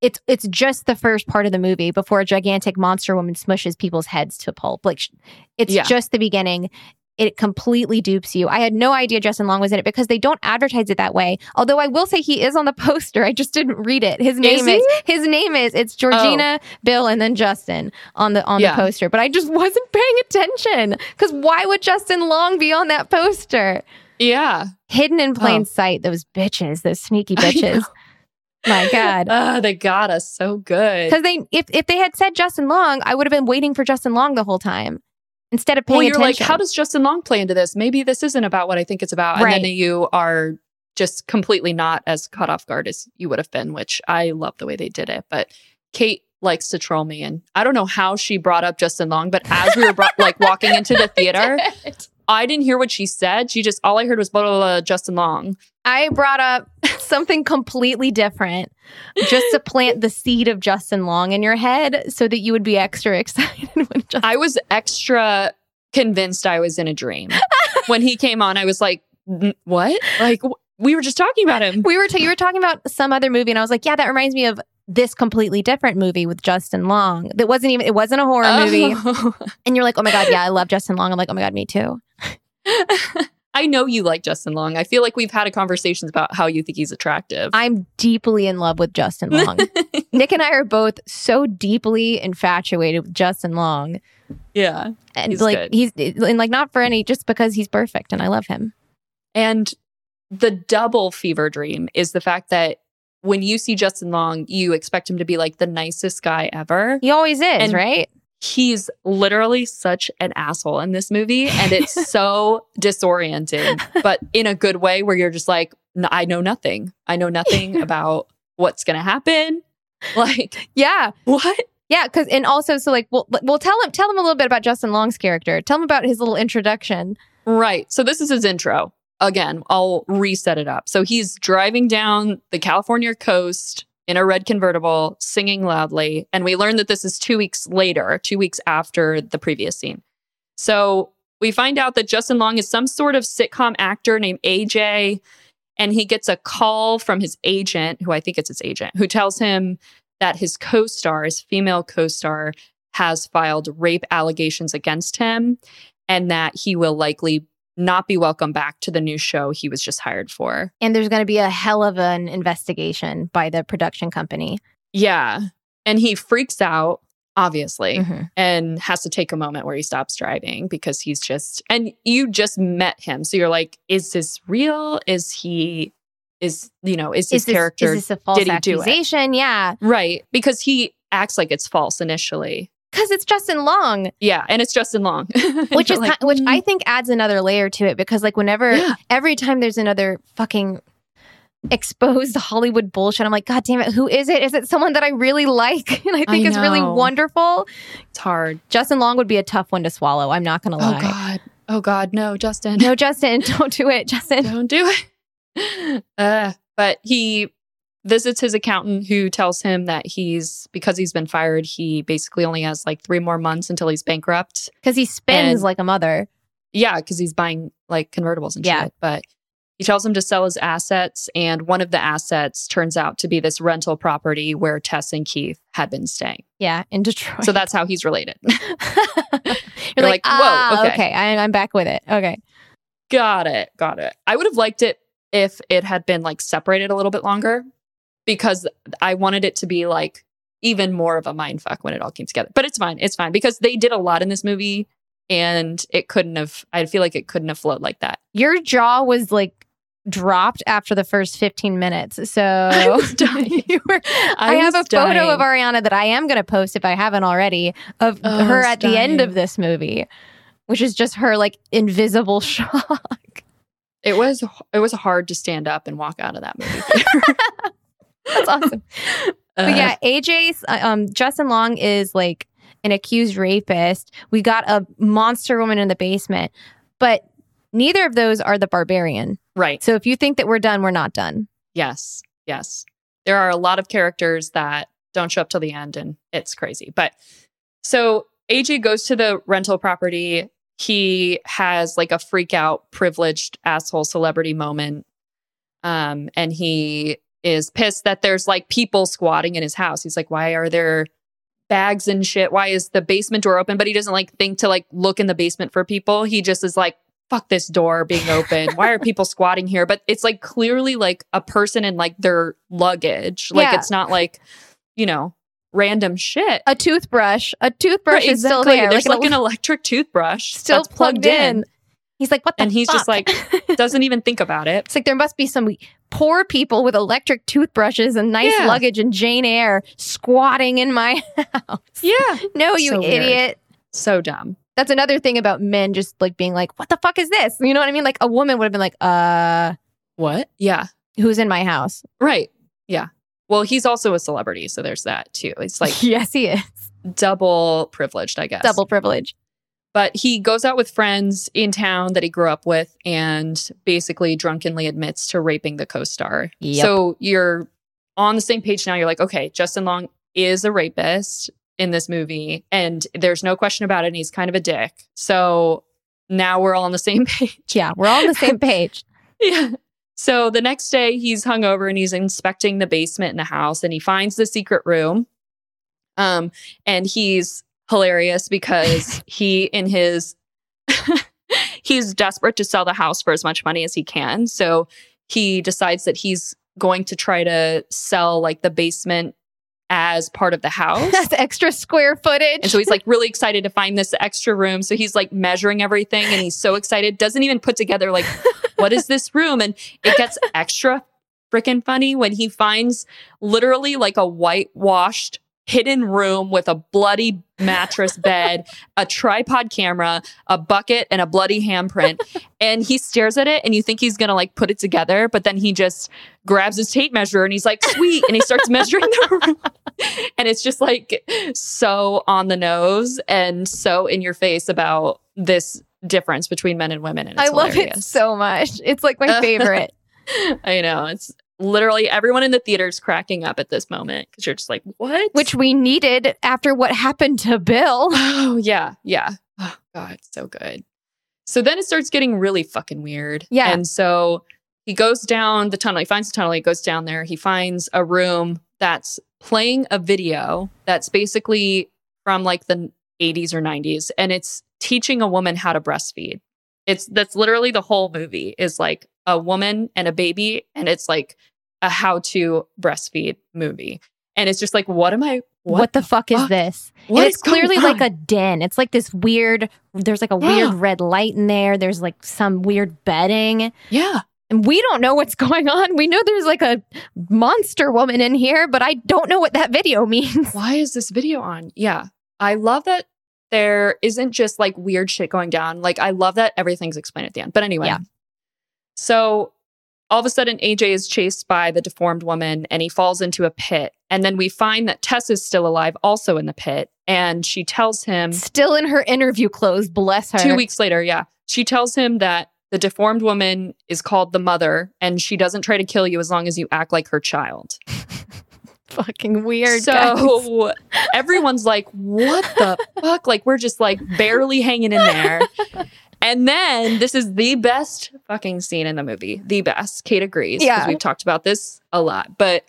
B: it's it's just the first part of the movie before a gigantic monster woman smushes people's heads to pulp. Like sh- it's
C: Yeah.
B: just the beginning. It completely dupes you. I had no idea Justin Long was in it because they don't advertise it that way. Although I will say he is on the poster. I just didn't read it. His name
C: he? Oh.
B: is his name is it's Georgina, Bill, and then Justin on the on
C: Yeah.
B: the poster. But I just wasn't paying attention because why would Justin Long be on that poster?
C: yeah
B: hidden in plain
C: Oh.
B: sight. Those bitches, those sneaky
C: I
B: bitches. My God.
C: Ah, they got us so good.
B: Because they, if, if they had said Justin Long, I would have been waiting for Justin Long the whole time instead of paying
C: Well, you're like,
B: attention.
C: how does Justin Long play into this? Maybe this isn't about what I think it's about. And
B: Right.
C: then you are just completely not as caught off guard as you would have been, which I love the way they did it. But Kate likes to troll me. And I don't know how she brought up Justin Long, but as we were brought, like walking into the theater, I didn't hear what she said. She just, all I heard was blah, blah, blah, Justin Long.
B: I brought up something completely different just to plant the seed of Justin Long in your head so that you would be extra excited when Justin.
C: I was extra convinced I was in a dream. when he came on, I was like, "N- what? Like, w- we were just talking about him.
B: We were ta- you were talking about some other movie, and I was like, yeah, that reminds me of this completely different movie with Justin Long. That wasn't even it wasn't a horror movie,
C: Oh.
B: and you're like, oh my god, yeah, I love Justin Long. I'm like, oh my god, me too.
C: I know you like Justin Long. I feel like we've had a conversations about how you think he's attractive.
B: I'm deeply in love with Justin Long. Nick and I are both so deeply infatuated with Justin Long,
C: yeah.
B: and
C: He's
B: like
C: good.
B: he's and like not for any, just because he's perfect and I love him.
C: And the double fever dream is the fact that when you see Justin Long, you expect him to be like the nicest guy ever.
B: He always is,
C: And-
B: right?
C: He's literally such an asshole in this movie. And it's so disorienting, but in a good way where you're just like, "N- I know nothing. I know nothing about what's going to happen. Like,
B: Yeah,
C: what?
B: yeah. Because and also, so like, well, well, tell him, tell him a little bit about Justin Long's character. Tell him about his little introduction.
C: Right. So this is his intro. Again, I'll reset it up. So he's driving down the California coast in a red convertible, singing loudly. And we learn that this is two weeks later, two weeks after the previous scene. So we find out that Justin Long is some sort of sitcom actor named AJ. And he gets a call from his agent, who I think it's his agent, who tells him that his co star, his female co star, has filed rape allegations against him and that he will likely not be welcome back to the new show he was just hired for.
B: And there's going to be a hell of an investigation by the production company.
C: Yeah. And he freaks out, obviously,
B: Mhm.
C: and has to take a moment where he stops driving because he's just, and you just met him. So you're like, is this real? Is he, is, you know, is his
B: Is this,
C: character
B: is this a false
C: did he do it?
B: accusation? Yeah,
C: right? Because he acts like it's false initially.
B: because it's Justin Long.
C: Yeah. And it's Justin Long, And
B: which
C: you're
B: is
C: like,
B: ki- which I
C: "Mm,
B: think adds another layer to it because like whenever
C: Yeah.
B: every time there's another fucking exposed Hollywood bullshit, I'm like, God damn it, who is it? Is it someone that I really like and I think is really
C: know.
B: wonderful?
C: it's hard.
B: Justin Long would be a tough one to swallow. I'm not gonna
C: Oh,
B: lie.
C: God. Oh, God. No, Justin.
B: No, Justin, don't do it, Justin.
C: don't do it. Uh, but he visits his accountant who tells him that he's because he's been fired, he basically only has like three more months until he's bankrupt.
B: Because he spins
C: And-
B: like a mother.
C: Yeah, because he's buying like convertibles and
B: Yeah.
C: shit. But He tells him to sell his assets, and one of the assets turns out to be this rental property where Tess and Keith had been staying.
B: Oh, Yeah, in Detroit.
C: So that's how he's related.
B: You're,
C: You're
B: like,
C: like, whoa,
B: ah, okay,
C: okay."
B: I, I'm back with it. Okay.
C: Got it. Got it. I would have liked it if it had been like separated a little bit longer because I wanted it to be like even more of a mind fuck when it all came together. But it's fine. It's fine because they did a lot in this movie and it couldn't have, I feel like it couldn't have flowed like that.
B: Your jaw was like dropped after the first 15 minutes. So
C: I was dying.
B: you were I, have a
C: was
B: photo of
C: dying.
B: Ariana that I am going to post if I haven't already of
C: Oh, I
B: her
C: was
B: at the end
C: dying.
B: of this movie, which is just her like invisible shock.
C: It was, it was hard to stand up and walk out of that movie.
B: That's awesome.
C: Uh,
B: but yeah, AJ's uh, um Justin Long is like an accused rapist. We got a monster woman in the basement, but neither of those are the barbarian.
C: Right.
B: So if you think that we're done, we're not done.
C: Yes. Yes. There are a lot of characters that don't show up till the end and it's crazy. But so AJ goes to the rental property. He has like a freak out privileged asshole celebrity moment. Um and he is pissed that there's like people squatting in his house. He's like, "Why are there bags and shit? Why is the basement door open?" But he doesn't like think to like look in the basement for people. He just is like fuck this door being open. Why are people squatting here? But it's like clearly like a person and like their luggage. Like
B: Yeah.
C: it's not like, you know, random shit.
B: A toothbrush, a toothbrush
C: Right,
B: is still
C: exactly.
B: there.
C: There's
B: like
C: like,
B: a
C: an electric toothbrush
B: still
C: that's
B: plugged, in. He's like, what the
C: And he's just
B: fuck?
C: like- Doesn't even think about it.
B: it's like there must be some poor people with electric toothbrushes and nice
C: Yeah.
B: luggage and Jane Eyre squatting in my house.
C: Yeah.
B: No, you
C: So weird.
B: idiot.
C: So dumb.
B: That's another thing about men just like being like, what the fuck is this? You know what I mean? Like a woman would have been like, uh,
C: What? Yeah.
B: who's in my house?
C: Right. Yeah. Well, he's also a celebrity, so there's that too. It's like
B: yes, he is.
C: double privileged, I guess.
B: Double privilege.
C: But he goes out with friends in town that he grew up with and basically drunkenly admits to raping the co star.
B: Yep.
C: So you're on the same page now. You're like, okay, Justin Long is a rapist in this movie, and there's no question about it. And he's kind of a dick. So now we're all on the same page.
B: Yeah, we're all on the same page.
C: Yeah. So the next day, he's hungover and he's inspecting the basement in the house, and he finds the secret room. Um, and he's hilarious because he, in his, he's desperate to sell the house for as much money as he can. So he decides that he's going to try to sell like the basement as part of the house.
B: That's extra square footage.
C: Oh. And so he's like really excited to find this extra room. So he's like measuring everything and he's so excited, doesn't even put together like, what is this room? And it gets extra freaking funny when he finds literally like a whitewashed hidden room with a bloody mattress bed, a tripod camera, a bucket, and a bloody handprint. And he stares at it and you think he's gonna like put it together, but then he just grabs his tape measure and he's like, sweet. And he starts measuring the room. And it's just like so on the nose and so in your face about this difference between men and women. And it's
B: I love it
C: hilarious.
B: so much. It's like my favorite.
C: I know. It's literally everyone in the theater's cracking up at this moment because you're just like, what?
B: which we needed after what happened to Bill.
C: oh, yeah, yeah. Oh, God, it's so good. So then it starts getting really fucking weird.
B: Yeah.
C: And so he goes down the tunnel. He finds the tunnel. He goes down there. He finds a room that's playing a video that's basically from like the 80s or 90s. And it's teaching a woman how to breastfeed. It's that's literally the whole movie is like a woman and a baby. And it's like a how to breastfeed movie. And it's just like, what am I?
B: What, the fuck, is
C: fuck?
B: this?
C: what
B: and
C: is
B: it's clearly
C: going on?
B: like a den. It's like this weird. There's like a weird
C: Yeah.
B: red light in there. There's like some weird bedding,
C: yeah.
B: and we don't know what's going on. We know there's like a monster woman in here, but I don't know what that video means.
C: why is this video on? Yeah. I love that there isn't just like weird shit going down. Like I love that everything's explained at the end. But anyway.
B: Yeah.
C: So all of a sudden AJ is chased by the deformed woman and he falls into a pit. And then we find that Tess is still alive also in the pit and she tells him
B: Still in her interview clothes, bless her.
C: Two weeks later, yeah. She tells him that the deformed woman is called the mother and she doesn't try to kill you as long as you act like her child.
B: Fucking weird. guys.
C: So everyone's like, what the fuck? Like, we're just like barely hanging in there. And then this is the best fucking scene in the movie. The best. Kate agrees. Because
B: Yeah.
C: we've talked about this a lot. But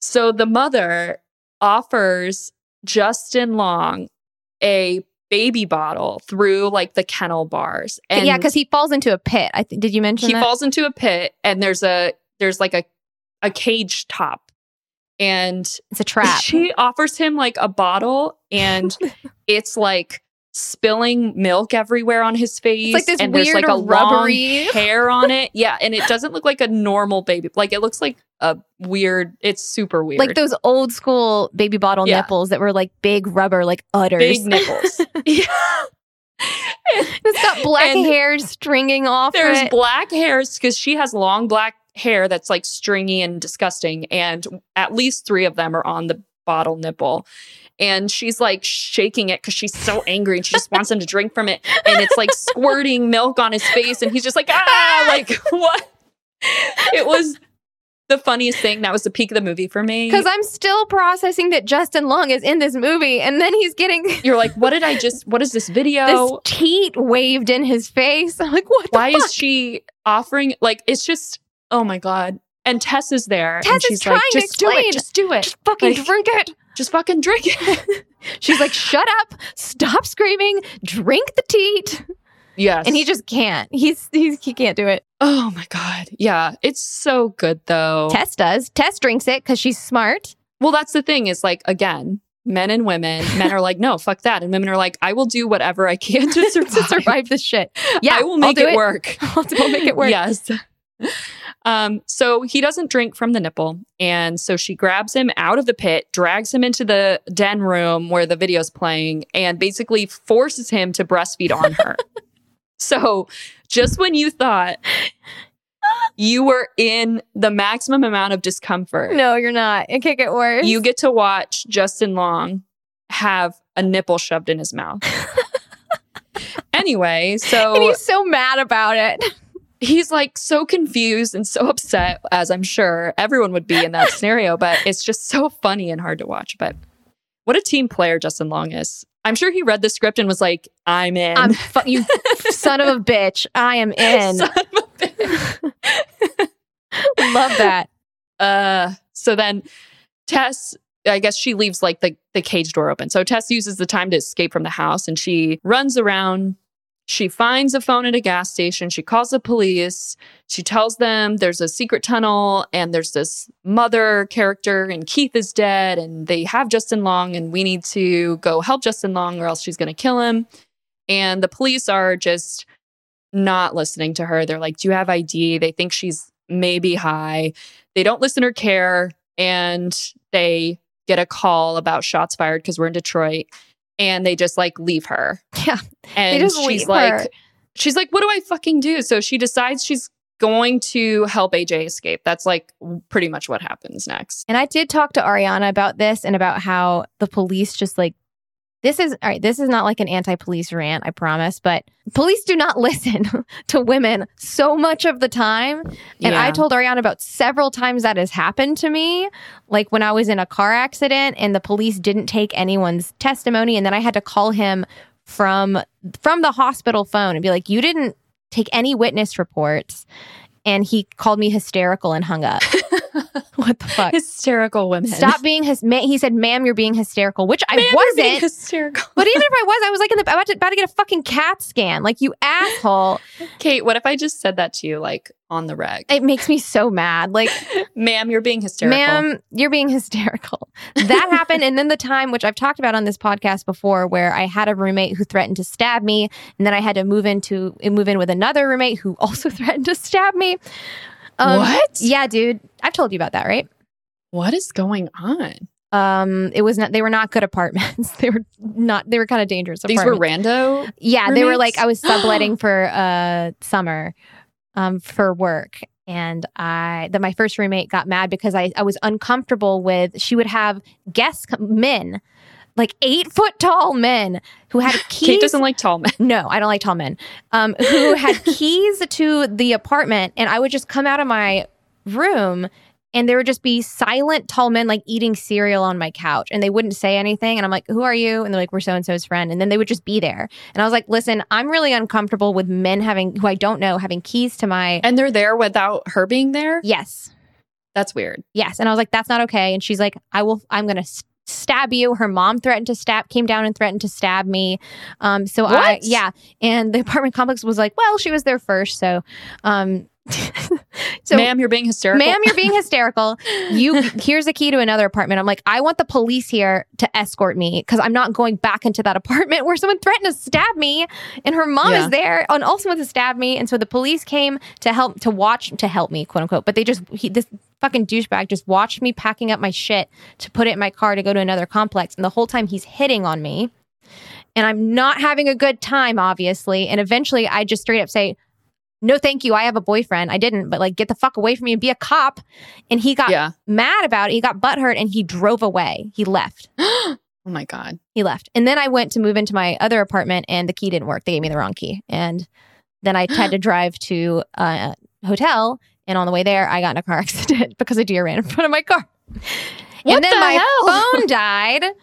C: so the mother offers Justin Long a baby bottle through like the kennel bars. And
B: yeah, because he falls into a pit. I th- did you mention
C: he
B: that?
C: falls into a pit and there's a there's like a a cage top. And
B: it's a trap.
C: she offers him like a bottle and it's like spilling milk everywhere on his face.
B: it's like this
C: and
B: weird
C: there's like a rubbery
B: rubbery.
C: hair on it. Yeah. And it doesn't look like a normal baby. Like it looks like a weird, it's super weird.
B: Like those old school baby bottle
C: Yeah.
B: nipples that were like big rubber, like udders.
C: big nipples. yeah.
B: it's got black
C: And
B: hair stringing off.
C: There's
B: it.
C: black hairs because she has long black hair that's like stringy and disgusting. And at least three of them are on the bottle nipple. And she's like shaking it because she's so angry and she just wants him to drink from it. And it's like squirting milk on his face. And he's just like, ah, like what? It was the funniest thing. That was the peak of the movie for me.
B: Because I'm still processing that Justin Long is in this movie, and then he's getting this
C: You're like, what did I just, what is this video?
B: teat waved in his face. I'm like, what?
C: Why is she offering? Like, it's just, oh my God. And Tess is there.
B: Tess
C: and
B: is
C: she's like,
B: trying to
C: just do
B: explain.
C: it. Just do
B: the
C: it.
B: just fucking
C: like-
B: drink it.
C: Just fucking drink it.
B: She's like, shut up, stop screaming, drink the teat,
C: yes.
B: and he just can't. He's, he's he can't do it.
C: oh my God. Yeah. It's so good though.
B: Tess does. Tess drinks it because she's smart.
C: Well, that's the thing is like, again, men and women, men are like, no, fuck that. And women are like, I will do whatever I can to survive.
B: to survive this shit. Yeah,
C: I will
B: I'll
C: make
B: do
C: it work.
B: I'll, I'll make it work.
C: Yes. Um, so he doesn't drink from the nipple. And so she grabs him out of the pit, drags him into the den room where the video's playing, and basically forces him to breastfeed on her. so just when you thought you were in the maximum amount of discomfort,
B: No, you're not. It can't get worse.
C: you get to watch Justin Long have a nipple shoved in his mouth. anyway, so
B: and he's so mad about it.
C: he's like so confused and so upset, as I'm sure everyone would be in that scenario, but it's just so funny and hard to watch. But what a team player Justin Long is. I'm sure he read the script and was like, I'm in.
B: I'm fu- you son of a bitch. I am in.
C: Son of a bitch.
B: Love that.
C: uh, so then Tess, I guess she leaves like the, the cage door open. So Tess uses the time to escape from the house and she runs around. She finds a phone at a gas station. She calls the police. She tells them there's a secret tunnel and there's this mother character and Keith is dead and they have Justin Long and we need to go help Justin Long or else she's going to kill him. And the police are just not listening to her. They're like, "Do you have ID?" They think she's maybe high. They don't listen or care and they get a call about shots fired because we're in Detroit and they just like leave her.
B: Yeah.
C: And
B: just
C: she's
B: leave
C: like
B: her.
C: she's like, "What do I fucking do?" So she decides she's going to help AJ escape. That's like pretty much what happens next.
B: And I did talk to Ariana about this and about how the police just like this is all right. This is not like an anti police rant, I promise, but police do not listen to women so much of the time. And I
C: Yeah.
B: told Ariana about several times that has happened to me, like when I was in a car accident and the police didn't take anyone's testimony, and then I had to call him from from the hospital phone and be like, "You didn't take any witness reports," and he called me hysterical and hung up. what the fuck?
C: hysterical women.
B: Stop being his. Ma- he said, "Ma'am, you're being hysterical," which I wasn't.
C: hysterical.
B: but even if I was, I was like in the about to, about to get a fucking CAT scan. Like you asshole,
C: Kate, what if I just said that to you like on the reg?
B: it makes me so mad. Like,
C: Ma'am, you're being hysterical.
B: ma'am, you're being hysterical. That happened, and then the time which I've talked about on this podcast before, where I had a roommate who threatened to stab me, and then I had to move into move in with another roommate who also threatened to stab me. Um,
C: What?
B: Yeah, dude, I've told you about that, right?
C: What is going on?
B: Um, it was not. They were not good apartments. they were not. They were kind of dangerous.
C: These were
B: apartments.
C: rando.
B: Yeah, they were
C: roommates?
B: like I was subletting for uh summer um for work and I that my first roommate got mad because I I was uncomfortable with she would have guests come- men like 8 foot tall men who had keys
C: Kate doesn't like tall men.
B: no, I don't like tall men. Um, who had keys to the apartment, and I would just come out of my room and there would just be silent tall men like eating cereal on my couch and they wouldn't say anything and i'm like who are you and they're like we're so and so's friend and then they would just be there and i was like listen i'm really uncomfortable with men having who i don't know having keys to my
C: And they're there without her being there?
B: yes
C: That's weird.
B: yes and i was like that's not okay and she's like i will i'm gonna s- stab you her mom threatened to stab came down and threatened to stab me um so i
C: What?
B: yeah and the apartment complex was like well she was there first so um so
C: ma'am, you're being hysterical.
B: Ma'am, you're being hysterical. You here's a key to another apartment. I'm like, I want the police here to escort me because I'm not going back into that apartment where someone threatened to stab me, and her mom
C: Yeah.
B: is there and also wants to stab me. And so the police came to help to watch to help me, quote unquote. But they just he, this fucking douchebag just watched me packing up my shit to put it in my car to go to another complex, and the whole time he's hitting on me, and I'm not having a good time, obviously. And eventually, I just straight up say. No, thank you. I have a boyfriend. I didn't, but like, get the fuck away from me and be a cop. And he got
C: yeah.
B: mad about it. He got butthurt and he drove away. He left.
C: oh my God.
B: He left. And then I went to move into my other apartment and the key didn't work. They gave me the wrong key. And then I had to drive to uh, a hotel. And on the way there, I got in a car accident because a deer ran in front of my car.
C: What
B: and then
C: the
B: my
C: hell?
B: phone died. It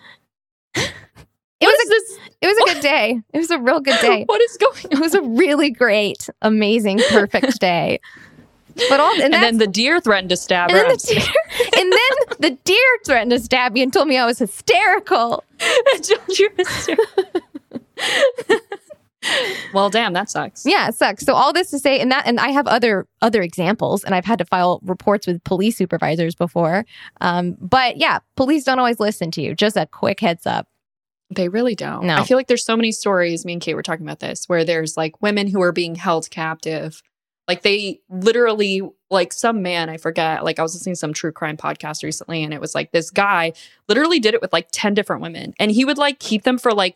C: What
B: was
C: is this?
B: a, it was a good day. It was a real good day.
C: What is going
B: It was a really great, amazing, perfect day. But all
C: And,
B: and, that's
C: then the deer threatened to stab
B: and
C: her.
B: then, the deer, and then the deer threatened to stab me and told me I was hysterical.
C: You're hysterical. well, damn, that sucks.
B: Yeah, it sucks. So all this to say, and that, and I have other other examples, and I've had to file reports with police supervisors before. Um, but yeah, police don't always listen to you. Just a quick heads up.
C: They really don't.
B: No.
C: I feel like there's so many stories, me and Kate were talking about this, where there's like women who are being held captive. Like they literally, like some man, I forget, like I was listening to some true crime podcast recently, and it was like this guy literally did it with like 10 different women. And he would like keep them for like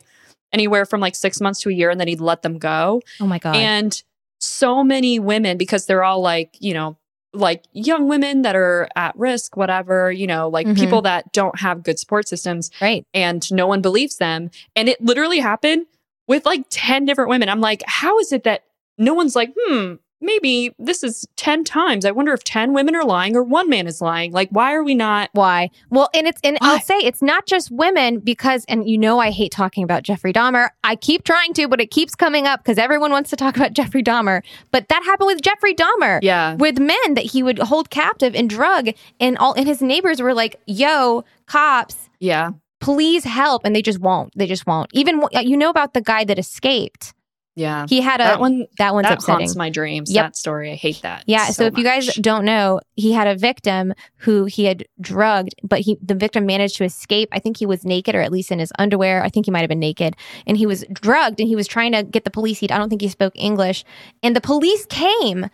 C: anywhere from like six months to a year, and then he'd let them go.
B: Oh my god.
C: And so many women, because they're all like, you know, like young women that are at risk, whatever, you know, like
B: Mhm.
C: people that don't have good support systems
B: right.
C: and no one believes them. And it literally happened with like 10 different women. I'm like, how is it that no one's like, hmm, maybe this is 10 times. I wonder if 10 women are lying or one man is lying. Like, why are we not?
B: Why? Well, and it's and I'll
C: Why?
B: say it's not just women because and you know I hate talking about Jeffrey Dahmer. I keep trying to, but it keeps coming up because everyone wants to talk about Jeffrey Dahmer. But that happened with Jeffrey Dahmer.
C: Yeah.
B: With men that he would hold captive and drug and all and his neighbors were like, "Yo, cops,
C: Yeah.
B: please help." And they just won't. They just won't. Even uh, you know about the guy that escaped.
C: Yeah.
B: He had a
C: That one,
B: that one's
C: that
B: upsetting.
C: haunts my dreams.
B: Yep.
C: That story. I hate that.
B: Yeah. So, if you guys
C: much.
B: don't know, he had a victim who he had drugged, but he the victim managed to escape. I think he was naked or at least in his underwear. I think he might have been naked. And he was drugged and he was trying to get the police. He I don't think he spoke English. And the police came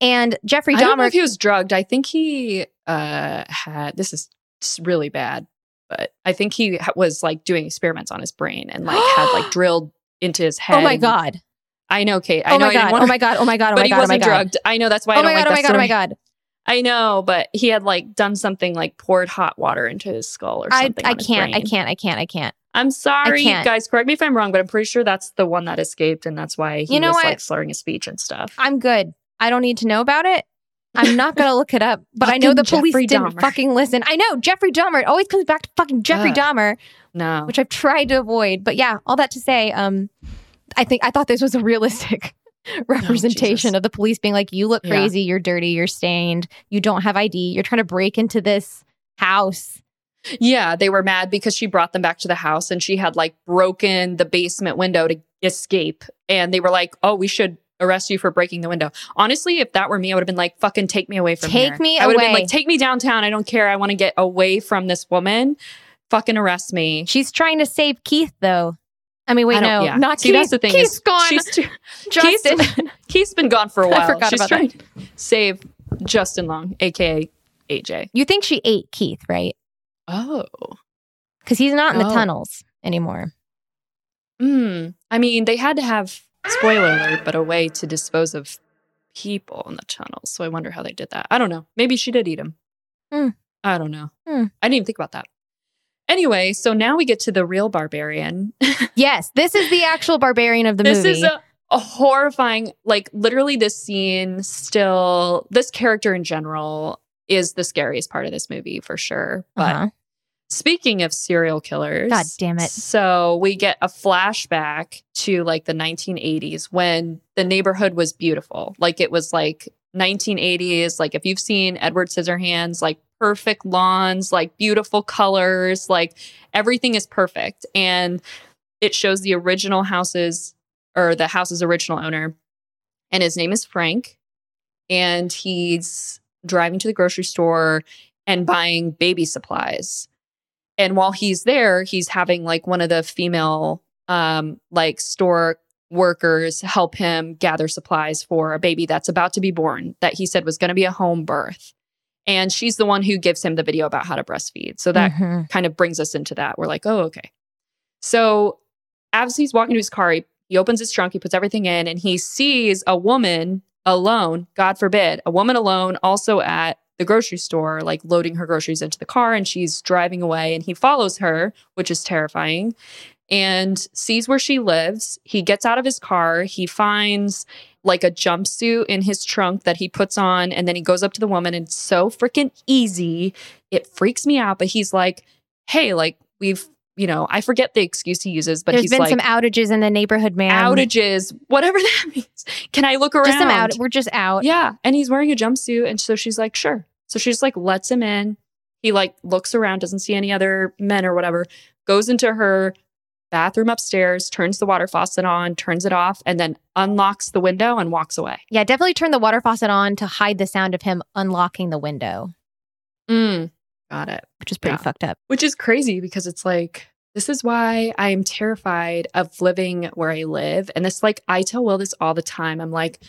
B: and Jeffrey
C: I don't know
B: Dahmer
C: if he was drugged. I think he uh, had. This is s- really bad, but I think he ha- was like doing experiments on his brain and like had like drilled into his head.
B: Oh my
C: and-
B: god.
C: I know, Kate. I
B: Oh
C: know.
B: my
C: I didn't
B: god.
C: wanna-
B: Oh my god. Oh my god. Oh
C: but
B: my
C: he
B: god. Oh my
C: wasn't
B: god.
C: drugged. I know that's why.
B: Oh
C: I don't
B: my god. Oh
C: Like
B: my
C: that
B: god. Oh my
C: story.
B: god.
C: I know, but he had like done something like poured hot water into his skull or
B: I
C: something.
B: I
C: on his
B: can't. I
C: brain.
B: can't. I can't. I can't.
C: I'm sorry,
B: can't.
C: guys. Correct me if I'm wrong, but I'm pretty sure that's the one that escaped, and that's why he
B: You know
C: was
B: what?
C: like slurring his speech and stuff.
B: I'm good. I don't need to know about it. I'm not gonna look it up, but I know
C: Fucking
B: the police
C: Jeffrey
B: didn't
C: Dahmer.
B: fucking listen. I know Jeffrey Dahmer. It always comes back to fucking Jeffrey
C: Ugh.
B: Dahmer,
C: no,
B: which I've tried to avoid. But yeah, all that to say, um, I think I thought this was a realistic representation
C: Oh, Jesus.
B: of the police being like, "You look
C: Yeah.
B: crazy. You're dirty. You're stained. You don't have ID. You're trying to break into this house."
C: Yeah, they were mad because she brought them back to the house and she had like broken the basement window to escape. And they were like, oh, we should arrest you for breaking the window. Honestly, if that were me, I would have been like, fucking take me away from
B: Take
C: here.
B: me
C: I would have been
B: away.
C: like, take me downtown. I don't care. I want to get away from this woman. Fucking arrest me.
B: She's trying to save Keith, though. I mean, wait,
C: I don't-
B: no,
C: yeah.
B: not
C: See,
B: Keith.
C: that's the thing
B: Keith's
C: is
B: gone.
C: She's too-
B: Justin.
C: Keith's been gone for a
B: I
C: while.
B: forgot
C: She's
B: about
C: trying to save Justin Long, aka AJ.
B: you think she ate Keith, right?
C: Oh.
B: Because he's not in the
C: Oh.
B: tunnels anymore.
C: Mm. I mean, they had to have spoiler alert, but a way to dispose of people in the tunnel. So I wonder how they did that. I don't know. Maybe she did eat him.
B: Hmm.
C: I don't know.
B: Hmm.
C: I didn't even think about that. Anyway, so now we get to the real barbarian.
B: Yes, this is the actual barbarian of the
C: this
B: movie.
C: is a, a horrifying, like literally this scene still, this character in general is the scariest part of this movie for sure. But
B: Uh-huh.
C: Speaking of serial killers,
B: God damn it.
C: So we get a flashback to like the 1980s when the neighborhood was beautiful. Like it was like 1980s. Like if you've seen Edward Scissorhands, like perfect lawns, like beautiful colors, like everything is perfect. And it shows the original houses or the house's original owner. And his name is Frank. And he's driving to the grocery store and buying baby supplies and while he's there he's having like one of the female um like store workers help him gather supplies for a baby that's about to be born that he said was going to be a home birth and she's the one who gives him the video about how to breastfeed so that
B: Mhm.
C: kind of brings us into that we're like oh okay so as he's walking to his car he, he opens his trunk he puts everything in and he sees a woman alone god forbid a woman alone also at the grocery store, like loading her groceries into the car, and she's driving away. And he follows her, which is terrifying, and sees where she lives. He gets out of his car. He finds like a jumpsuit in his trunk that he puts on, and then he goes up to the woman. And it's so freaking easy. It freaks me out. But he's like, hey, like, we've, you know, I forget the excuse he uses, but
B: There's
C: he's
B: been
C: like,
B: some outages in the neighborhood, man.
C: outages, whatever that means. Can I look around?
B: Just some out. We're just out.
C: Yeah. And he's wearing a jumpsuit. And so she's like, sure. So she just like lets him in. He like looks around, doesn't see any other men or whatever, goes into her bathroom upstairs, turns the water faucet on, turns it off, and then unlocks the window and walks away.
B: Yeah, definitely turn the water faucet on to hide the sound of him unlocking the window,
C: Mm. Got it.
B: which is pretty
C: Yeah.
B: fucked up.
C: Which is crazy because it's like, this is why I am terrified of living where I live. And it's like, I tell Will this all the time. I'm like,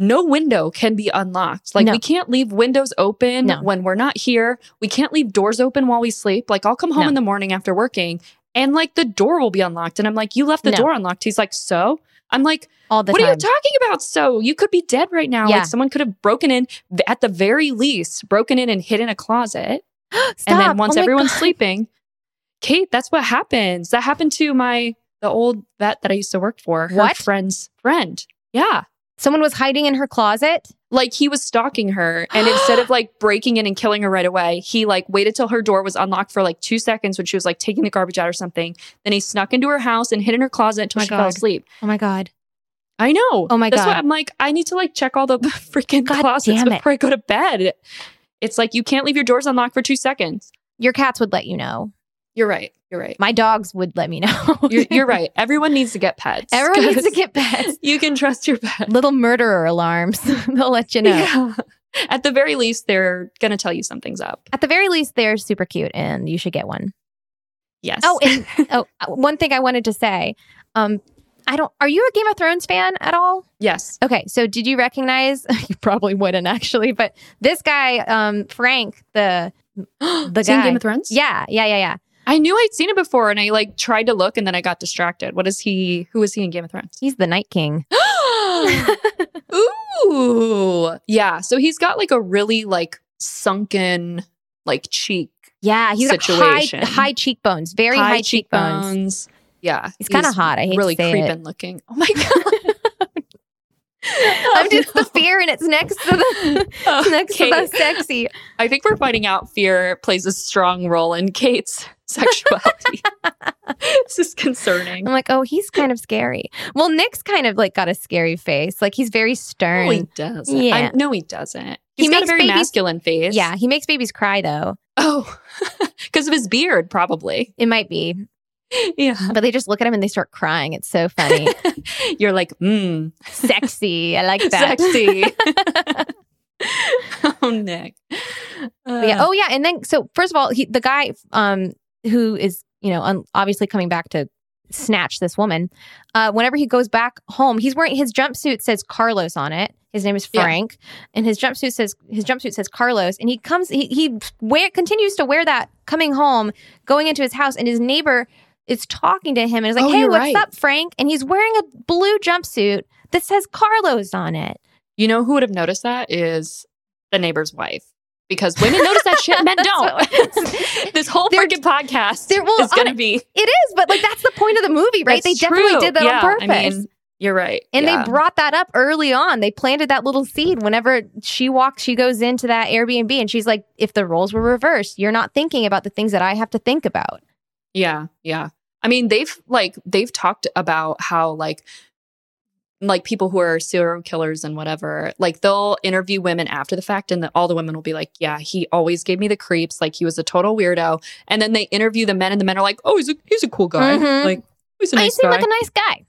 C: no window can be unlocked. Like,
B: No.
C: we can't leave windows open
B: No.
C: when we're not here. We can't leave doors open while we sleep. Like, I'll come home
B: No.
C: in the morning after working and like the door will be unlocked. And I'm like, you left the
B: No.
C: door unlocked. He's like, so? I'm like,
B: All the
C: what
B: time.
C: are you talking about? So you could be dead right now.
B: Yeah.
C: Like someone could have broken in, at the very least, broken in and hid in a closet.
B: Stop.
C: And then once
B: Oh my
C: everyone's
B: God.
C: sleeping, Kate, that's what happens. That happened to my the old vet that I used to work for. Her
B: What?
C: friend's friend. Yeah.
B: someone was hiding in her closet.
C: Like he was stalking her and instead of like breaking in and killing her right away, he like waited till her door was unlocked for like 2 seconds when she was like taking the garbage out or something. Then he snuck into her house and hid in her closet until
B: My
C: she fell
B: God.
C: asleep.
B: Oh my god.
C: I know.
B: Oh my
C: That's why
B: God.
C: I'm like, I need to like check all the freaking
B: God
C: closets
B: damn it.
C: before I go to bed. It's like you can't leave your doors unlocked for two seconds.
B: Your cats would let you know.
C: You're right. You're right.
B: My dogs would let me know.
C: You're, you're right. Everyone needs to get pets.
B: Everyone needs to
C: 'cause
B: get pets.
C: You can trust your pet.
B: Little murderer alarms. They'll let you know.
C: Yeah. At the very least, they're gonna tell you something's up.
B: At the very least, they're super cute, and you should get one.
C: Yes.
B: Oh, and oh, one thing I wanted to say. Um, I don't. Are you a Game of Thrones fan at all?
C: yes.
B: Okay, so did you recognize? You probably wouldn't actually, but this guy, um, Frank, the
C: the
B: guy.
C: Game of Thrones.
B: yeah, yeah, yeah, yeah.
C: I knew I'd seen it before, and I like tried to look, and then I got distracted. What is he? Who is he in Game of Thrones?
B: He's the Night King.
C: Ooh. Yeah. So he's got like a really like sunken like cheek,
B: Yeah, he's got high,
C: Situation.
B: high cheekbones, very high, cheekbones.
C: Yeah.
B: He's kind of hot. I hate
C: really
B: to say
C: creeping
B: it.
C: looking. Oh my god.
B: I'm just the fear, and it's next to the it's next
C: Okay.
B: to the sexy.
C: I think we're finding out fear plays a strong role in Kate's sexuality. this is concerning.
B: I'm like, oh, he's kind of scary. Well, Nick's kind of like got a scary face. Like he's very stern.
C: No, he doesn't. I-
B: Yeah.
C: no, he doesn't.
B: He
C: He's got a
B: makes
C: very
B: babies-
C: masculine face.
B: yeah, he makes babies cry though.
C: Oh, because of his beard, probably.
B: It might be,
C: Yeah.
B: but they just look at him and they start crying. It's so funny,
C: You're like, mm,
B: sexy. I like that.
C: sexy. oh, Nick.
B: But yeah. Oh yeah. And then so first of all, he, the guy um who is you know un- obviously coming back to snatch this woman. Uh, whenever he goes back home, he's wearing his jumpsuit says Carlos on it. His name is
C: Yeah.
B: Frank, and his jumpsuit says his jumpsuit says Carlos. And he comes he he wear, continues to wear that coming home, going into his house, and his neighbor is talking to him and is like,
C: Oh,
B: "Hey,
C: you're
B: what's
C: right.
B: up, Frank?" And he's wearing a blue jumpsuit that says Carlos on it.
C: You know who would have noticed that is the neighbor's wife. Because women notice that shit, men
B: That's
C: don't.
B: what-
C: this whole
B: They're-
C: freaking podcast
B: they're- well,
C: is going to be
B: It is, but like that's the point of the movie, right?
C: That's
B: they definitely
C: true.
B: did that
C: Yeah,
B: on purpose.
C: I mean, You're right.
B: And
C: yeah.
B: they brought that up early on. They planted that little seed whenever she walks, she goes into that Airbnb and she's like, if the roles were reversed, you're not thinking about the things that I have to think about.
C: Yeah, yeah. I mean, they've like they've talked about how like like people who are serial killers and whatever, like they'll interview women after the fact and the, all the women will be like, "Yeah, he always gave me the creeps, like he was a total weirdo." And then they interview the men and the men are like, "Oh, he's a he's a cool guy."
B: Mhm.
C: Like, he's a
B: Oh, you
C: nice
B: seem
C: guy.
B: like a nice guy.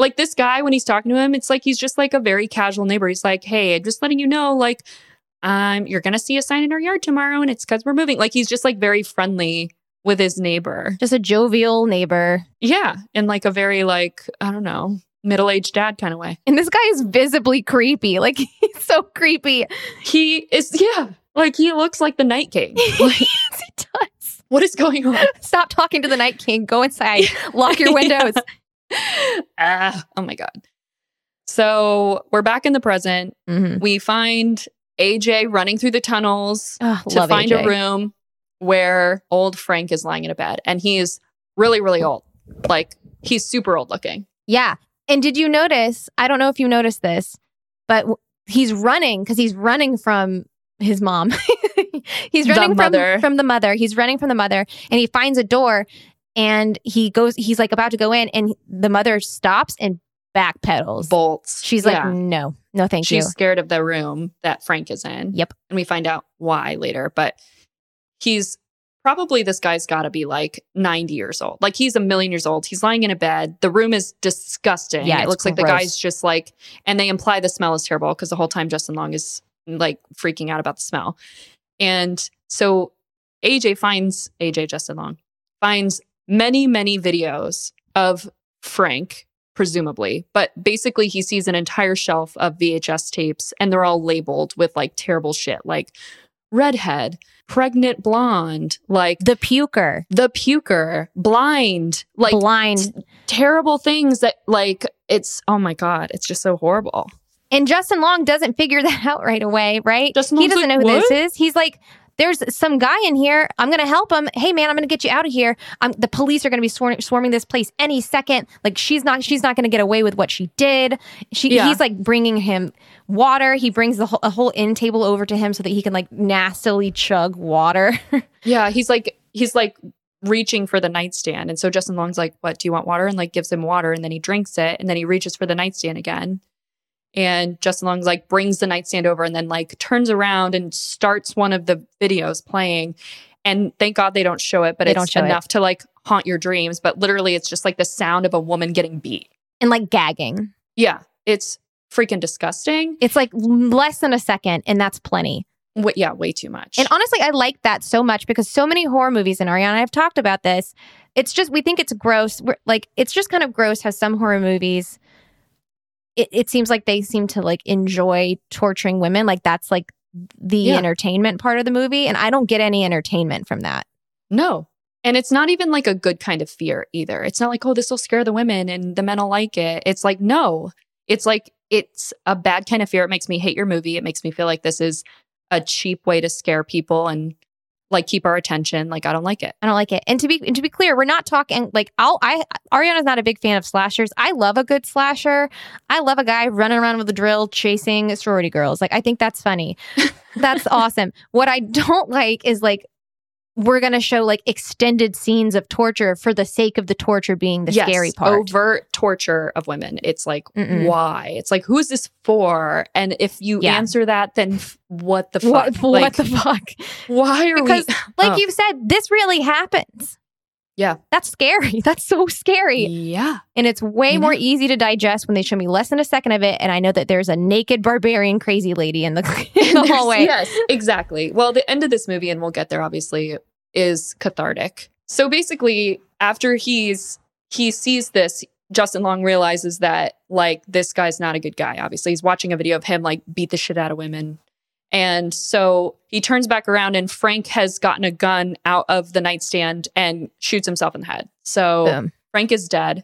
C: like this guy when he's talking to him, it's like he's just like a very casual neighbor. He's like, "Hey, I'm just letting you know like um you're going to see a sign in our yard tomorrow and it's cuz we're moving." Like he's just like very friendly with his neighbor.
B: Just a jovial neighbor.
C: Yeah, in like a very like I don't know middle aged dad kind of way.
B: And this guy is visibly creepy. Like he's so creepy.
C: He is yeah, like he looks like the Night King.
B: Yes, he does.
C: What is going on?
B: Stop talking to the Night King. Go inside. Lock your windows.
C: Ah, oh my god. So we're back in the present.
B: mm-hmm.
C: We find AJ running through the tunnels
B: oh,
C: to find a room where old Frank is lying in a bed, and he is really really old. Like he's super old looking.
B: Yeah. And did you notice? I don't know if you noticed this, but w- he's running because he's running from his mom. he's
C: The
B: running
C: mother.
B: from, from the mother. He's running from the mother and he finds a door and he goes, he's like about to go in and the mother stops and backpedals.
C: Bolts.
B: She's like,
C: Yeah.
B: no, no, thank
C: She's
B: you.
C: scared of the room that Frank is in.
B: Yep.
C: And we find out why later, but he's probably this guy's got to be like 90 years old. Like he's a million years old. He's lying in a bed. The room is disgusting.
B: Yeah,
C: it
B: it's
C: looks like the
B: gross.
C: guy's just like, and they imply the smell is terrible because the whole time Justin Long is like freaking out about the smell. And so AJ finds AJ Justin Long finds many, many videos of Frank, presumably, but basically he sees an entire shelf of VHS tapes and they're all labeled with like terrible shit like redhead, pregnant blonde, like
B: The puker,
C: the puker, blind, like
B: blind.
C: terrible things that like it's oh my god, it's just so horrible.
B: And Justin Long doesn't figure that out right away, right?
C: Justin
B: he
C: Long's
B: doesn't
C: like,
B: know who this is. He's like, there's some guy in here. I'm going to help him. Hey, man, I'm going to get you out of here. Um, the police are going to be swar- swarming this place any second. Like she's not, she's not going to get away with what she did. She,
C: Yeah.
B: he's like bringing him water. He brings the whole, a whole end table over to him so that he can like nastily chug water.
C: Yeah, he's like he's like reaching for the nightstand. And so Justin Long's like, "What, do you want water?" and like gives him water and then he drinks it and then he reaches for the nightstand again. And Justin Long's like brings the nightstand over and then like turns around and starts one of the videos playing. And thank God they don't show it, but
B: They
C: it's
B: don't show it.
C: enough to like haunt your dreams, but literally it's just like the sound of a woman getting beat.
B: and like gagging.
C: Yeah, it's freaking disgusting.
B: It's like less than a second, and that's plenty.
C: What yeah, way too much.
B: And honestly, I like that so much because so many horror movies, and Ariana, I've talked about this. It's just we think it's gross. We're, like it's just kind of gross how some horror movies. It, it seems like they seem to like enjoy torturing women. Like that's like the
C: Yeah.
B: entertainment part of the movie, and I don't get any entertainment from that.
C: No. And it's not even like a good kind of fear either. It's not like, oh, this will scare the women and the men will like it. It's like, no. It's like, it's a bad kind of fear. It makes me hate your movie. It makes me feel like this is a cheap way to scare people and like keep our attention. Like, I don't like it.
B: I don't like it. And to be and to be clear, we're not talking like I'll I Ariana's not a big fan of slashers. I love a good slasher. I love a guy running around with a drill chasing sorority girls. Like I think that's funny. That's awesome. What I don't like is like we're gonna show like extended scenes of torture for the sake of the torture being the
C: Yes,
B: scary part.
C: Overt torture of women. It's like,
B: Mm-mm.
C: why? It's like, who is this for? And if you
B: Yeah.
C: answer that, then f- what the fuck?
B: What, what
C: Like,
B: the fuck?
C: Why are
B: Because,
C: we?
B: like
C: Oh.
B: you said, this really happens.
C: Yeah.
B: That's scary. That's so scary.
C: Yeah.
B: And it's way
C: You
B: more
C: know?
B: easy to digest when they show me less than a second of it. And I know that there's a naked barbarian crazy lady in the, in the
C: There's-
B: hallway.
C: Yes, exactly. Well, the end of this movie, and we'll get there obviously, is cathartic. So basically, after he's he sees this, Justin Long realizes that like this guy's not a good guy. Obviously, he's watching a video of him like beat the shit out of women. And so he turns back around and Frank has gotten a gun out of the nightstand and shoots himself in the head. So
B: Boom.
C: Frank is dead.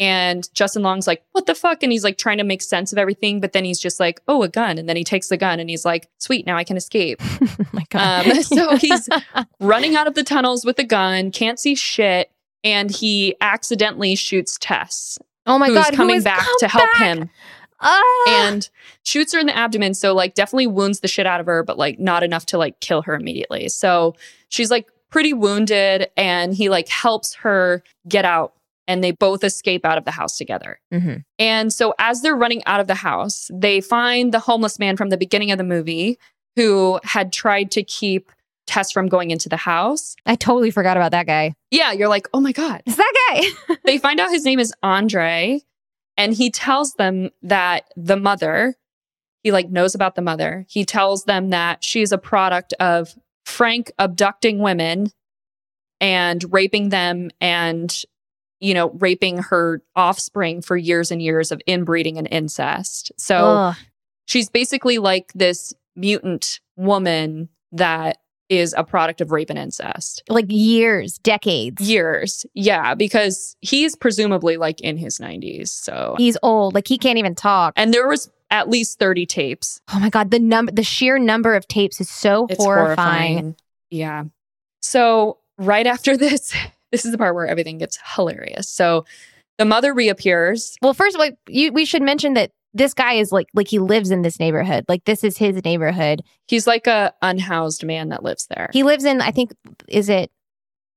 C: And Justin Long's like, what the fuck? And he's like trying to make sense of everything. But then he's just like, oh, a gun. And then he takes the gun and he's like, sweet, now I can escape.
B: Oh my God.
C: Um, so he's running out of the tunnels with a gun, can't see shit. And he accidentally shoots Tess.
B: Oh my
C: who's
B: god, who
C: coming
B: has
C: back
B: come
C: to help
B: back?
C: him
B: Ah!
C: and shoots her in the abdomen. So like definitely wounds the shit out of her, but like not enough to like kill her immediately. So she's like pretty wounded and he like helps her get out and they both escape out of the house together.
B: Mhm.
C: And so as they're running out of the house, they find the homeless man from the beginning of the movie who had tried to keep Tess from going into the house.
B: I totally forgot about that guy.
C: Yeah, you're like, "Oh my god."
B: It's that guy.
C: they find out his name is Andre, and he tells them that the mother, he like knows about the mother. He tells them that she's a product of Frank abducting women and raping them and you know raping her offspring for years and years of inbreeding and incest. So
B: Ugh.
C: she's basically like this mutant woman that is a product of rape and incest
B: like years, decades.
C: years yeah because he's presumably like in his 90s so
B: He's old. Like he can't even talk.
C: and there was at least 30 tapes
B: Oh my god, the number, the sheer number of tapes is so
C: it's
B: horrifying.
C: horrifying yeah so right after this this is the part where everything gets hilarious so the mother reappears
B: Well, first, like you, we should mention that this guy is like like he lives in this neighborhood. Like this is his neighborhood.
C: he's like a unhoused man that lives there
B: He lives in, I think, is it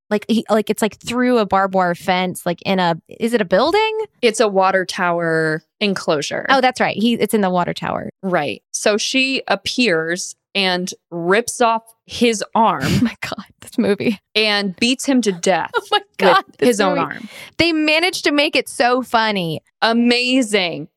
B: like he, like it's like through a barbed wire fence, like in a is it a building?
C: it's a water tower enclosure
B: Oh, that's right. He it's in the water tower.
C: right so she appears and rips off his
B: Oh
C: arm
B: my god, this movie.
C: and beats him to death
B: Oh my god,
C: with
B: this
C: his own
B: movie.
C: arm
B: They managed to make it so funny.
C: amazing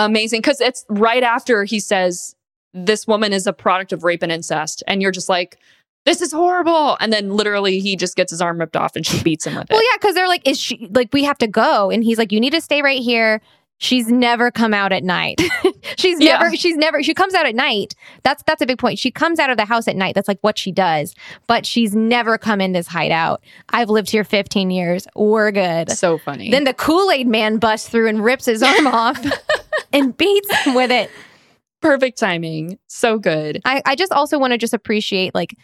C: amazing because it's right after he says this woman is a product of rape and incest and you're just like this is horrible and then literally he just gets his arm ripped off and she beats him with it
B: Well, yeah, because they're like, is she like we have to go? And he's like, you need to stay right here. She's never come out at night. she's
C: Yeah.
B: never, she's never, she comes out at night. That's that's a big point. She comes out of the house at night. That's like what she does. But she's never come in this hideout. I've lived here 15 years. We're good.
C: so funny
B: Then the Kool-Aid man busts through and rips his arm off and beats him with it.
C: perfect timing so good
B: I, I just also want to just appreciate like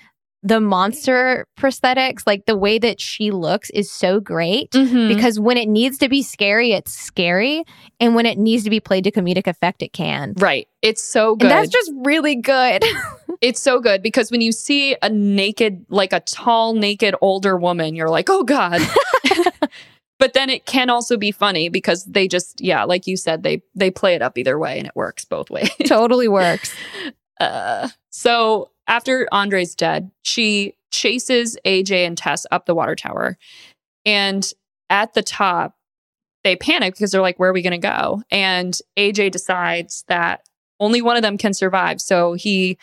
B: the monster prosthetics, like the way that she looks is so great.
C: Mhm.
B: because when it needs to be scary, it's scary, and when it needs to be played to comedic effect, it can.
C: right it's so good
B: And that's just really good.
C: it's so good because when you see a naked like a tall naked older woman you're like oh god but then it can also be funny because they just yeah like you said they they play it up either way and it works both ways
B: totally works.
C: Uh, so after Andre's dead, she chases AJ and Tess up the water tower. And at the top, they panic because they're like, where are we going to go? And AJ decides that only one of them can survive. So he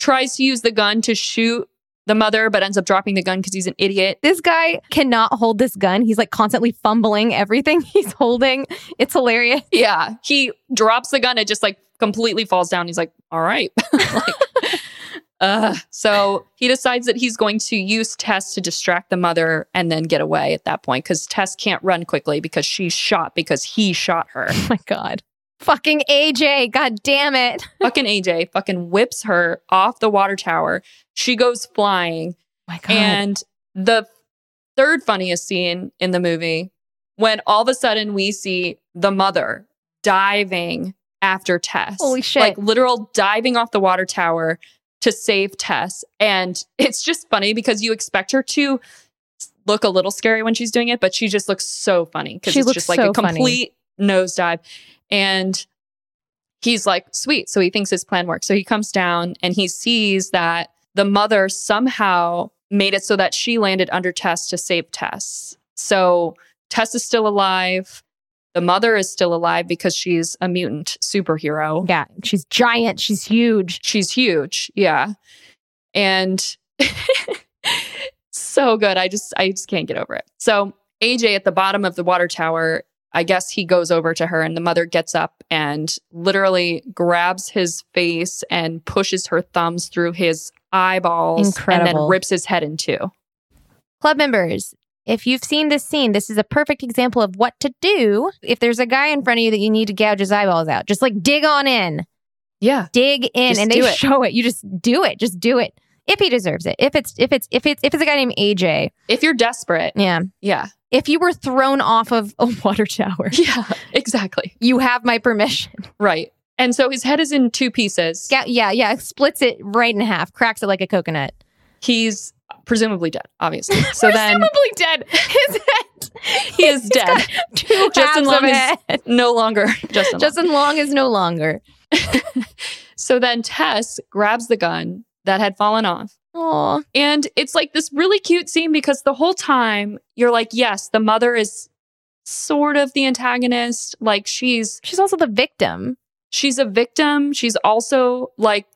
C: tries to use the gun to shoot the mother, but ends up dropping the gun because he's an idiot.
B: This guy cannot hold this gun. He's like constantly fumbling everything he's holding. It's hilarious.
C: Yeah. He drops the gun. It just like completely falls down. He's like, all right. Like, uh, so he decides that he's going to use Tess to distract the mother and then get away at that point because Tess can't run quickly because she's shot because he shot her.
B: Oh my God. Fucking AJ. God damn it. Oh
C: fucking AJ fucking whips her off the water tower. She goes flying.
B: my God.
C: And the third funniest scene in the movie when all of a sudden we see the mother diving after Tess.
B: Holy shit.
C: Like literal diving off the water tower to save Tess. And it's just funny because you expect her to look a little scary when she's doing it, but she just looks so funny because
B: She
C: it's
B: looks
C: just like
B: so
C: a
B: funny.
C: complete nosedive. And he's like, sweet. So he thinks his plan works. So he comes down and he sees that the mother somehow made it so that she landed under Tess to save Tess. So Tess is still alive. The mother is still alive because she's a mutant superhero.
B: Oh, yeah, she's giant. She's huge.
C: She's huge. Yeah. And so good. I just I just can't get over it. So AJ at the bottom of the water tower, I guess he goes over to her and the mother gets up and literally grabs his face and pushes her thumbs through his eyeballs and
B: Incredible.
C: then rips his head in two.
B: Club members, if you've seen this scene, this is a perfect example of what to do if there's a guy in front of you that you need to gouge his eyeballs out. Just like dig on in.
C: Yeah.
B: dig in
C: Just
B: and they
C: do it.
B: show it. You just do it. Just do it. If he deserves it. If it's if it's if it's if it's a guy named AJ.
C: If you're desperate,
B: Yeah.
C: yeah.
B: If you were thrown off of a water tower,
C: Yeah, exactly.
B: you have my permission.
C: Right. And so his head is in two pieces.
B: Yeah, yeah, yeah. Splits it right in half, cracks it like a coconut.
C: He's presumably dead, obviously. So then
B: Probably dead. His head.
C: he is dead.
B: Two
C: Justin
B: halves
C: Long
B: of a
C: is
B: head.
C: no longer Justin. Long.
B: Justin Long is no longer.
C: So then Tess grabs the gun that had fallen off.
B: Oh,
C: And it's like this really cute scene because the whole time you're like, yes, the mother is sort of the antagonist. Like she's
B: she's also the victim.
C: she's a victim. She's also like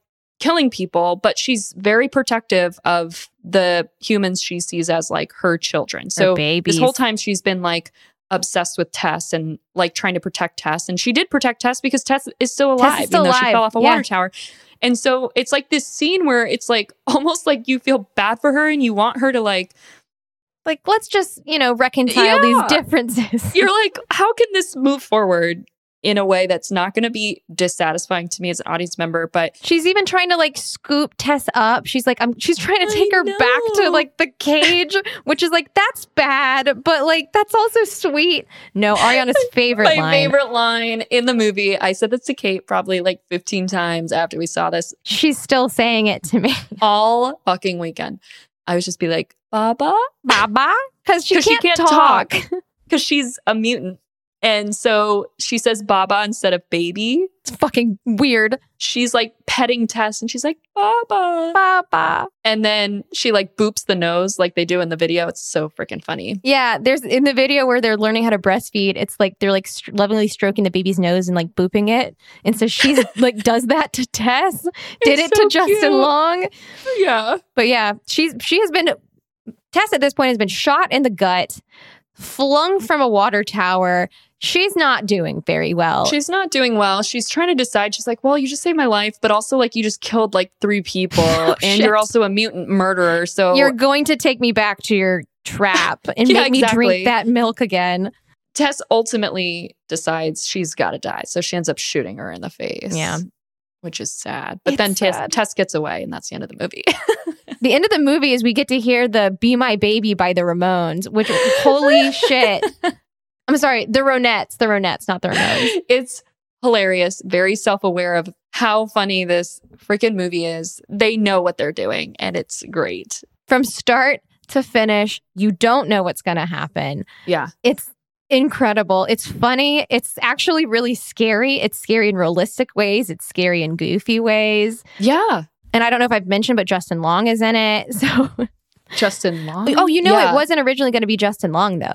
C: killing people, but she's very protective of the humans she sees as like her children. So
B: baby,
C: this whole time she's been like obsessed with Tess and like trying to protect Tess. And she did protect Tess because Tess is still
B: is
C: alive,
B: still
C: even though she
B: alive,
C: fell off a
B: yeah.
C: water tower. And so it's like this scene where it's like almost like you feel bad for her and you want her to like,
B: like let's just you know reconcile these
C: Yeah.
B: differences.
C: you're like, how can this move forward in a way that's not going to be dissatisfying to me as an audience member? But
B: She's even trying to like scoop Tess up. She's like, I'm. She's trying to
C: I
B: take her back to
C: know.
B: like the cage, which is like that's bad, but like that's also sweet. No, Ariana's favorite
C: my
B: line.
C: favorite line in the movie. I said this to Kate probably like 15 times after we saw this
B: She's still saying it to me,
C: all fucking weekend. I was just be like, Baba,
B: Baba, because she,
C: 'Cause she
B: can't
C: can't
B: talk.
C: because she's a mutant. And so she says Baba instead of baby.
B: It's fucking weird,
C: She's like petting Tess and she's like, Baba.
B: Baba.
C: And then she like boops the nose like they do in the video. It's so freaking funny.
B: Yeah, there's in the video where they're learning how to breastfeed. It's like they're like str lovingly stroking the baby's nose and like booping it, and so she's like does that to Tess. Did
C: It's
B: it
C: so
B: to Justin
C: cute.
B: Long.
C: Yeah.
B: But yeah, she's she has been Tess at this point has been shot in the gut, flung from a water tower. She's not doing very well.
C: She's not doing well. She's trying to decide. She's like, well, you just saved my life, but also like you just killed like three people and
B: Oh, shit.
C: you're also a mutant murderer. So
B: You're going to take me back to your trap and
C: Yeah,
B: make me
C: exactly.
B: drink that milk again.
C: Tess ultimately decides she's got to die. So she ends up shooting her in the face.
B: Yeah.
C: Which is sad. But
B: It's
C: then Tess,
B: sad.
C: Tess gets away, and that's the end of the movie.
B: The end of the movie is we get to hear the "Be My Baby" by the Ramones, which holy shit. I'm sorry, the Ronettes, the Ronettes, not the Ramones.
C: it's hilarious, very self aware of how funny this freaking movie is. They know what they're doing, and it's great.
B: From start to finish, you don't know what's going to happen.
C: Yeah.
B: it's incredible. It's funny. It's actually really scary. It's scary in realistic ways. It's scary in goofy ways.
C: Yeah.
B: And I don't know if I've mentioned, but Justin Long is in it. So,
C: Justin Long.
B: oh, you know,
C: Yeah.
B: it wasn't originally going to be Justin Long though.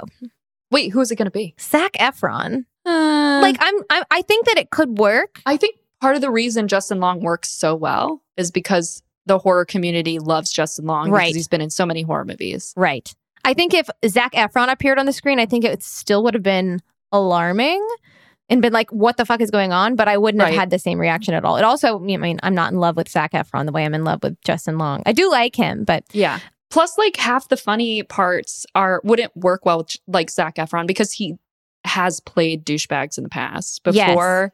C: Wait, who is it going to be?
B: Zach Efron.
C: Uh,
B: Like, I'm, I'm, I think that it could work.
C: I think part of the reason Justin Long works so well is because the horror community loves Justin Long
B: Right.
C: because he's been in so many horror movies.
B: Right. I think if Zach Efron appeared on the screen, I think it still would have been alarming and been like, what the fuck is going on? But I wouldn't
C: Right.
B: have had the same reaction at all. It also, I mean, I'm not in love with Zach Efron the way I'm in love with Justin Long. I do like him, but
C: Yeah. Plus, like half the funny parts are wouldn't work well with like Zach Efron because he has played douchebags in the past
B: Yes.
C: before.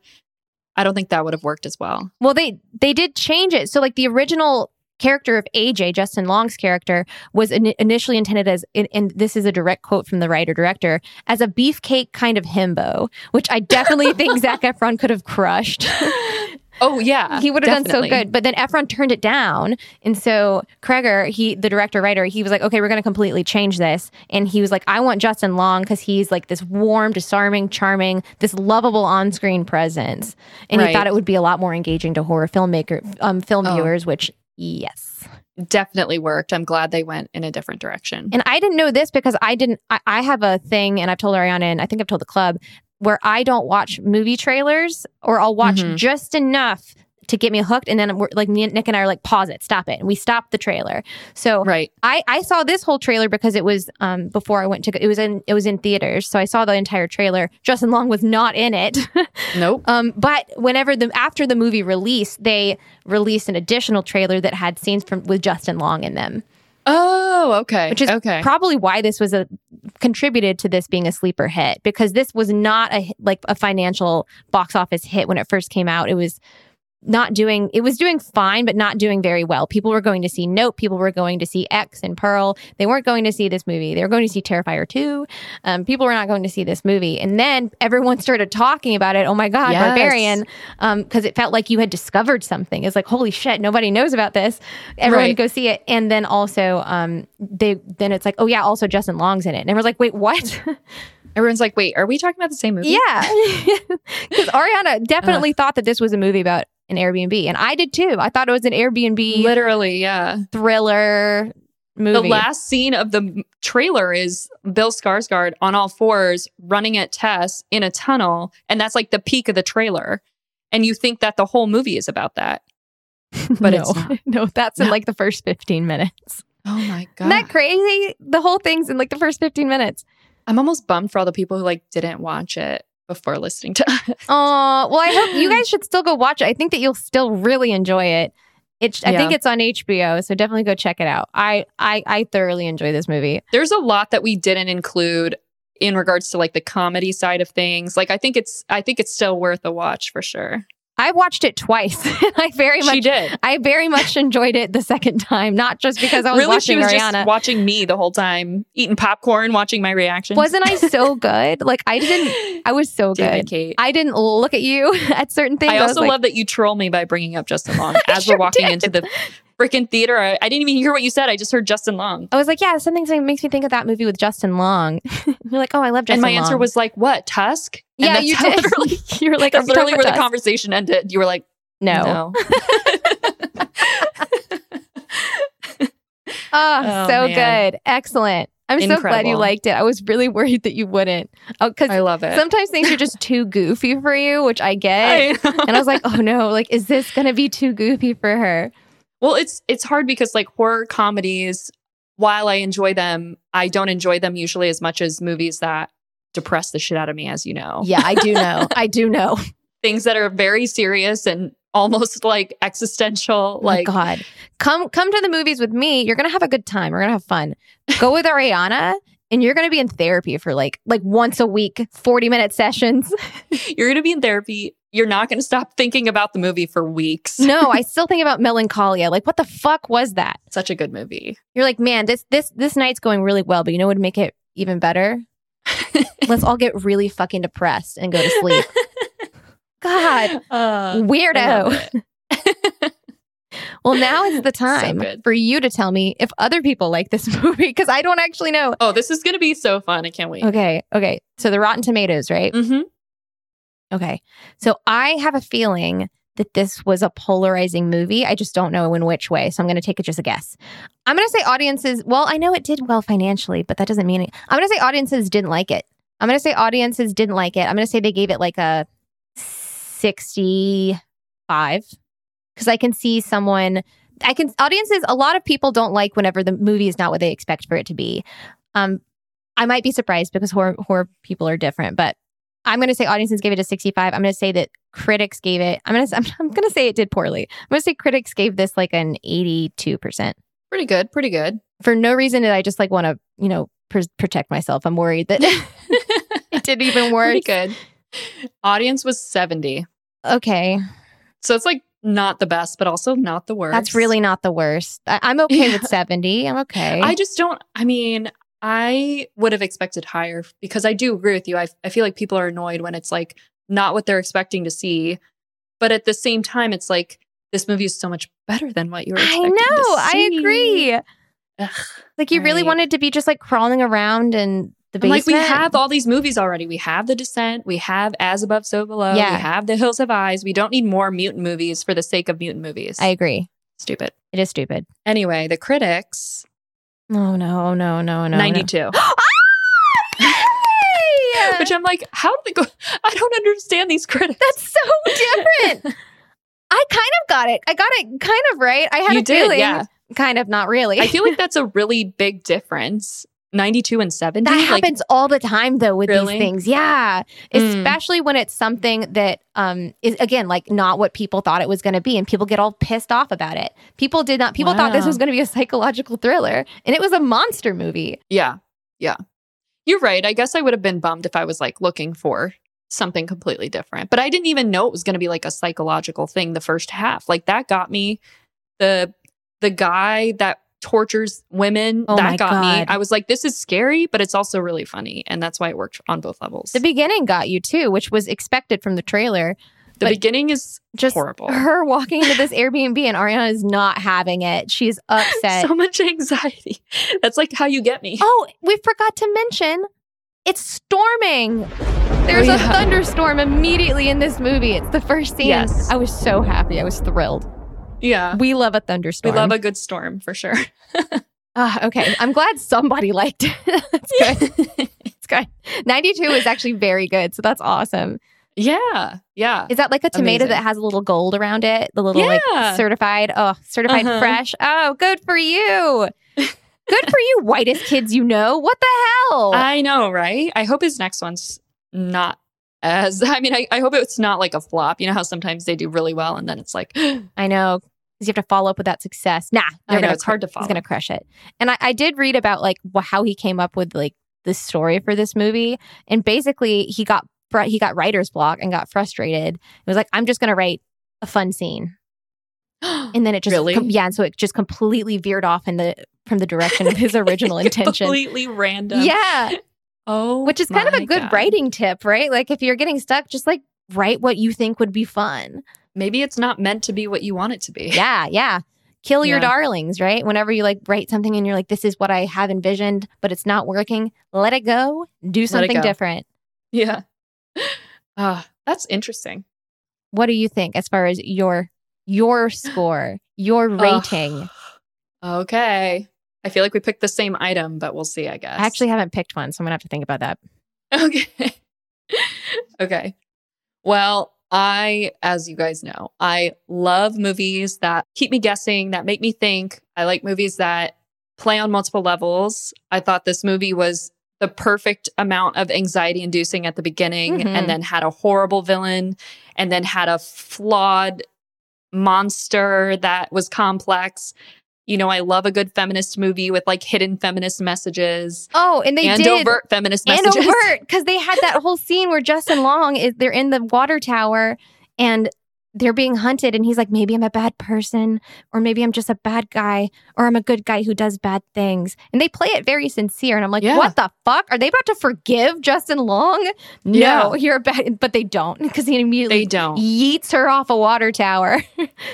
C: I don't think that would have worked as well.
B: Well, they they did change it. So like the original character of AJ, Justin Long's character, was in- initially intended as, and, and this is a direct quote from the writer director, as a beefcake kind of himbo, which I definitely think Zach Efron could have crushed.
C: Oh yeah,
B: he would have done so
C: definitely.
B: good, but then Efron turned it down, and so Kreger, he the director writer, he was like, okay, we're going to completely change this, and he was like, I want Justin Long because he's like this warm, disarming, charming, this lovable on-screen presence, and
C: Right.
B: he thought it would be a lot more engaging to horror filmmaker um, film
C: Oh.
B: viewers, which yes,
C: Definitely worked. I'm glad they went in a different direction.
B: and I didn't know this because I didn't. I, I have a thing, and I've told Ariana, and I think I've told the club where I don't watch movie trailers, or I'll watch
C: Mhm.
B: just enough to get me hooked, and then we're, like me and Nick and I are like, pause it, stop it, and we stop the trailer. So
C: right.
B: I I saw this whole trailer because it was um before I went to it was in it was in theaters, so I saw the entire trailer. Justin Long was not in it.
C: Nope.
B: Um, but whenever the after the movie release, they released an additional trailer that had scenes from with Justin Long in them
C: Oh, okay.
B: Which is
C: okay.
B: probably why this was a contributed to this being a sleeper hit because this was not a hi- like a financial box office hit when it first came out. It was not doing it was doing fine but not doing very well people were going to see nope people were going to see x and pearl they weren't going to see this movie they were going to see terrifier 2 um, people were not going to see this movie and then everyone started talking about it oh my god
C: Yes.
B: barbarian because um, it felt like you had discovered something it's like holy shit nobody knows about this everyone
C: Right.
B: go see it and then also um, they then it's like oh yeah also justin long's in it and everyone's like wait what
C: Everyone's like, wait, are we talking about the same movie? Uh-huh.
B: yeah. Because Ariana definitely thought that this was a movie about an Airbnb. And I did too. I thought it was an Airbnb
C: Literally, yeah.
B: thriller movie.
C: The last scene of the m- trailer is Bill Skarsgård on all fours running at Tess in a tunnel, and that's like the peak of the trailer. And you think that the whole movie is about that, but
B: no.
C: it's not.
B: no, that's in
C: No.
B: like the first 15 minutes.
C: Oh my god!
B: Isn't that crazy? The whole thing's in like the first 15 minutes.
C: I'm almost bummed for all the people who like didn't watch it before listening to us.
B: Oh, well, I hope you guys should still go watch it. I think that you'll still really enjoy it. It, I
C: Yeah.
B: think it's on HBO, so definitely go check it out. I, I, I thoroughly enjoy this movie.
C: There's a lot that we didn't include in regards to like the comedy side of things. Like I think it's I think it's still worth a watch for sure.
B: I watched it twice. and I very much
C: she did.
B: I very much enjoyed it the second time, not just because I was
C: really,
B: watching
C: she was
B: Ariana.
C: just watching me the whole time, eating popcorn, watching my reactions.
B: Wasn't I so good? Like I didn't. I was so
C: Damn it,
B: good.
C: Kate.
B: I didn't look at you at certain things.
C: I
B: was
C: also
B: like,
C: love that you troll me by bringing up Justin Long as
B: sure
C: we're walking
B: did.
C: into the freaking theater. I, I didn't even hear what you said. I just heard Justin Long.
B: I was like, yeah, something that makes me think of that movie with Justin Long. You're like, oh, I love Justin.
C: and my answer
B: Long.
C: was like, what, Tusk? And
B: yeah,
C: that's
B: you
C: how
B: did.
C: literally-
B: you were like,
C: that's
B: "Are we talking
C: literally where the
B: about us?"
C: conversation ended. You were like,
B: No.
C: no.
B: Oh,
C: Oh,
B: so
C: man.
B: good, excellent. I'm so glad you
C: Incredible.
B: liked it. I was really worried that you wouldn't, because
C: I love it.
B: sometimes things are just too goofy for you, which I get.
C: I know.
B: and I was like, oh no, like, is this gonna be too goofy for her?
C: well, it's it's hard because like horror comedies, while I enjoy them, I don't enjoy them usually as much as movies that depress the shit out of me, as you know.
B: Yeah, I do know. I do know.
C: Things that are very serious and almost like existential.
B: Like,
C: Like
B: Oh God, come come to the movies with me. You're gonna have a good time. We're gonna have fun. Go with Ariana, and you're gonna be in therapy for like like once a week, forty minute sessions.
C: You're going to be in therapy. You're not going to stop thinking about the movie for weeks.
B: No, I still think about Melancholia. Like, what the fuck was that?
C: Such a good movie.
B: You're like, man, this this this night's going really well, but you know what would make it even better? Let's all get really fucking depressed and go to sleep. God,
C: Uh, I
B: weirdo.
C: love it.
B: Well, now is the time
C: good.
B: for you to tell me if other people like this movie because I don't actually know.
C: oh, this is going to be so fun. I can't wait.
B: Okay, okay. So the Rotten Tomatoes, right?
C: hmm
B: Okay. So I have a feeling that this was a polarizing movie. I just don't know in which way. So I'm going to take it just a guess. I'm going to say audiences, well, I know it did well financially, but that doesn't mean it. I'm going to say audiences didn't like it. I'm going to say audiences didn't like it. I'm going to say they gave it like a 65 because I can see someone. I can audiences. A lot of people don't like whenever the movie is not what they expect for it to be. Um, I might be surprised because horror horror people are different, but I'm going to say audiences gave it a 65. I'm going to say that critics gave it. I'm going to. I'm, I'm going to say it did poorly. I'm going to say critics gave this like an 82 percent
C: Pretty good. Pretty good.
B: for no reason. That I just like want to you know pr- protect myself. I'm worried that it did even worse.
C: Pretty good. Audience was 70.
B: Okay,
C: So it's like not the best, but also not the worst.
B: that's really not the worst. I, I'm okay with
C: Yeah.
B: 70. I'm okay.
C: I just don't. I mean, I would have expected higher because I do agree with you. I, I feel like people are annoyed when it's like not what they're expecting to see. But at the same time, it's like this movie is so much better than what you were
B: I
C: expecting. to
B: know. I
C: see.
B: agree.
C: Ugh.
B: Like you really
C: Right.
B: wanted to be just like crawling around in the
C: I'm like,
B: basement.
C: we have all these movies already. We have The Descent. We have As Above, So Below.
B: Yeah.
C: We have The Hills Have Eyes. We don't need more mutant movies for the sake of mutant movies.
B: I agree.
C: Stupid.
B: It is stupid.
C: Anyway, the critics,
B: No, no, Oh, no, no, no.
C: 92.
B: Ah, Yay!
C: Which I'm like, how do they go? I don't understand these critics.
B: That's so different. I kind of got it. I got it kind of right. I had
C: you
B: a
C: did,
B: feeling.
C: yeah.
B: Kind of, not really.
C: I feel like that's a really big difference. 92 and 70.
B: that
C: like,
B: happens all the time though with
C: Really?
B: these things. Yeah.
C: Mm.
B: Especially when it's something that um is again like not what people thought it was going to be and people get all pissed off about it. People did not people thought this
C: Wow.
B: was going to be a psychological thriller and it was a monster movie.
C: Yeah. Yeah. You're right. I guess I would have been bummed if I was like looking for something completely different. But I didn't even know it was going to be like a psychological thing the first half. Like that got me the the guy that tortures women
B: Oh my
C: that got me.
B: God.
C: I was like this is scary, but it's also really funny and that's why it worked on both levels.
B: The beginning got you too, which was expected from the trailer.
C: the
B: but-
C: beginning is
B: Just
C: horrible.
B: her walking into this Airbnb and Ariana is not having it. She's upset.
C: so much anxiety. That's like how you get me.
B: Oh, we forgot to mention it's storming. There's
C: Oh,
B: a
C: yeah.
B: thunderstorm immediately in this movie. It's the first scene.
C: Yes.
B: I was so happy. I was thrilled.
C: Yeah.
B: We love a
C: We
B: thunderstorm.
C: love a good storm for sure.
B: Ah, okay. I'm glad somebody liked it. that's good. it's good. 92 is actually very good. So that's awesome.
C: Yeah. Yeah.
B: Is that like a tomato
C: Amazing.
B: that has a little gold around it? The little
C: Yeah.
B: like certified, oh, certified
C: Uh-huh.
B: fresh. Oh, good for you. Good for you, whitest kids you know. What the hell?
C: I know, right? I hope his next one's not as I mean, I, I hope it's not like a flop. You know how sometimes they do really well and then it's like
B: I know. Because you have to follow up with that success. Nah,
C: I
B: they're
C: know
B: gonna
C: it's hard to follow.
B: He's gonna crush it. And I, I did read about like wh- how he came up with like the story for this movie, and basically he got fr- he got writer's block and got frustrated. It was like I'm just gonna write a fun scene, and then it just
C: Really?
B: yeah, and so it just completely veered off in the from the direction of his original intention.
C: Completely random.
B: Yeah,
C: Oh,
B: which is kind of
C: my
B: a good
C: God.
B: writing tip, right? Like if you're getting stuck, just like write what you think would be fun.
C: Maybe it's not meant to be what you want it to be.
B: Yeah, yeah. Kill your
C: Yeah.
B: darlings, right? Whenever you like write something and you're like, this is what I have envisioned, but it's not working, let it go. Do
C: it
B: something
C: go.
B: different.
C: Yeah. Ah, that's interesting.
B: What do you think as far as your your score, your rating?
C: Ugh. okay. I feel like we picked the same item, but we'll see, I guess.
B: I actually haven't picked one, so I'm gonna have to think about that.
C: Okay. okay. Well, I, as you guys know, I love movies that keep me guessing, that make me think. I like movies that play on multiple levels. I thought this movie was the perfect amount of anxiety inducing at the beginning
B: Mhm.
C: and then had a horrible villain and then had a flawed monster that was complex. You know, I love a good feminist movie with like hidden feminist messages
B: Oh, and they
C: and
B: did
C: overt feminist
B: and
C: messages.
B: overt because they had that whole scene where Justin Long is they're in the water tower and they're being hunted and he's like maybe I'm a bad person or maybe I'm just a bad guy or I'm a good guy who does bad things and they play it very sincere and I'm like
C: Yeah.
B: what the fuck are they about to forgive Justin Long no
C: Yeah.
B: you're a bad but they don't because he
C: They
B: immediately
C: don't.
B: yeets her off a water tower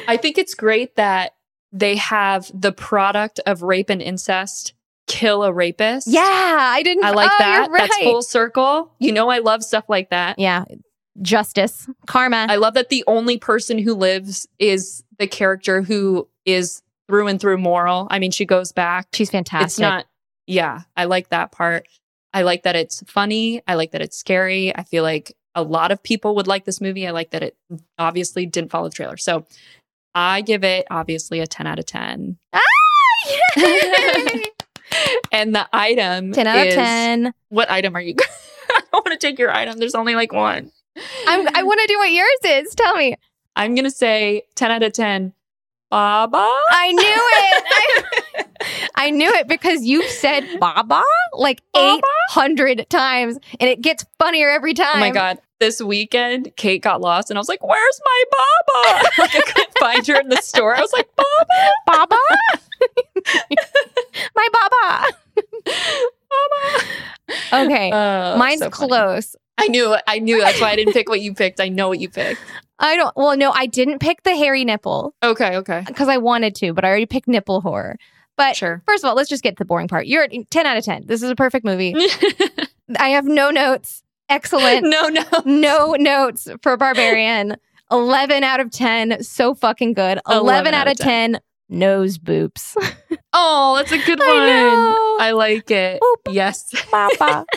C: I think it's great that they have the product of rape and incest kill a rapist.
B: yeah I didn't
C: I like
B: oh,
C: that.
B: you're right.
C: That's full circle. You know, I love stuff like that.
B: yeah justice karma
C: I love that the only person who lives is the character who is through and through moral. I mean, she goes back.
B: she's fantastic
C: It's not, yeah, I like that part. I like that it's funny. I like that it's scary. I feel like a lot of people would like this movie. I like that it obviously didn't follow the trailer. So I give it obviously a 10 out of 10. and the item
B: 10 out
C: is-
B: of 10
C: What item are you? I don't want to take your item. There's only like one.
B: I'm, I want to do what yours is. Tell me.
C: I'm going to say 10 out of 10. Baba? Oh
B: I knew it. I, I knew it because you've said Baba like
C: Baba?
B: 800 times and it gets funnier every time.
C: Oh my god! This weekend, Kate got lost, and I was like, "Where's my Baba?" like I couldn't find her in the store. I was like, "Baba,
B: Baba? my Baba.
C: Baba."
B: Okay.
C: Oh,
B: Mine's
C: so funny.
B: close.
C: I knew. it. I knew. That's why I didn't pick what you picked. I know what you picked.
B: I don't, well, no, I didn't pick the hairy nipple
C: Okay. Okay.
B: because I wanted to, but I already picked nipple horror. But
C: Sure.
B: first of all, let's just get to the boring part. You're at 10 out of 10. This is a perfect
C: Mm.
B: movie. I have no notes. Excellent.
C: no. No.
B: no notes for Barbarian. 11 out of 10. So fucking good. 11, out of 10. Nose boops.
C: Oh, that's a good one.
B: know. Oh.
C: I like it.
B: Boop.
C: Yes.
B: Papa.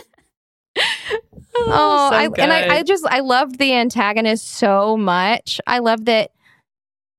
C: Oh,
B: Oh,
C: so
B: I, and
C: good.
B: I, I just, I loved the antagonist so much. I love that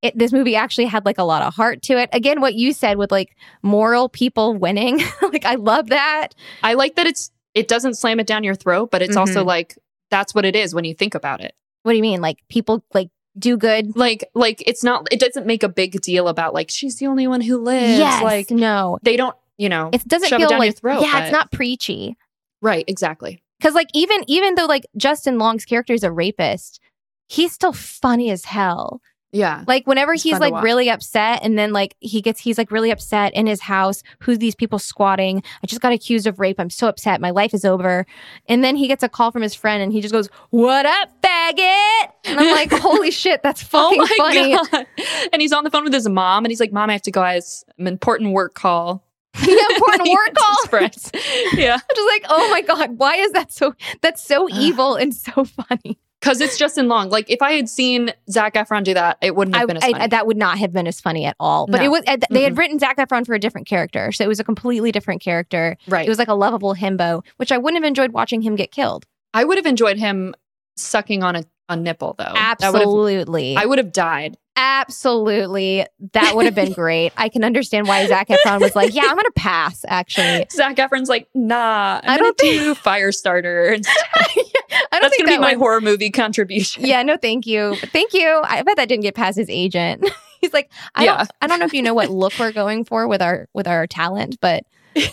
B: it, this movie actually had like a lot of heart to it. Again, what you said with like moral people winning. like, I love that.
C: I like that it's. It doesn't slam it down your throat, but it's also
B: Mhm.
C: like that's what it is when you think about it.
B: What do you mean? Like, people like do good.
C: Like, like it's not. It doesn't make a big deal about like she's the only one who lives.
B: yes.
C: Like
B: no.
C: they don't, you know,
B: It doesn't
C: shove it
B: feel
C: down your
B: like,
C: throat,
B: yeah, it's
C: but-
B: not preachy.
C: right, exactly.
B: Cause like even even though like Justin Long's character is a rapist, he's still funny as hell.
C: Yeah.
B: Like whenever
C: It's
B: he's
C: fun to
B: like
C: watch.
B: really upset and then like he gets he's like really upset in his house, who's these people squatting? I just got accused of rape. I'm so upset. My life is over. And then he gets a call from his friend and he just goes, "What up, faggot?" And I'm like, "Holy shit, that's fucking funny."
C: Oh God. And he's on the phone with his mom and he's like, Mom, I have to go. I have an important work call.
B: Important
C: He
B: work
C: gets his
B: call.
C: friends. yeah.
B: I'm just like, "Oh my god, why is that so that's so
C: Ugh.
B: evil and so funny?"
C: Because it's Justin Long. Like, if I had seen Zach Efron do that, it wouldn't have
B: I,
C: been as
B: I-
C: funny.
B: that would not have been as funny at all. But
C: No.
B: it was uh, they had written Zac Efron for a different character, so it was a completely different character.
C: right.
B: It was like a lovable himbo, which I wouldn't have enjoyed watching him get killed.
C: I would have enjoyed him sucking on a, a nipple, though. Oh, That would have-
B: Absolutely.
C: I would have died.
B: Absolutely. That would have been great. I can understand why Zach Efron was like, yeah, I'm going to pass, actually.
C: Zach Efron's like, nah, I'm
B: I
C: I am going
B: don't
C: to do Firestarter. instead."
B: I don't
C: That's
B: think
C: gonna be
B: that
C: my
B: was-
C: horror movie contribution.
B: Yeah, no, thank you. But Thank you. I bet that didn't get past his agent. He's like, I,
C: Yeah.
B: don't, I don't know if you know what look we're going for with our with our talent, but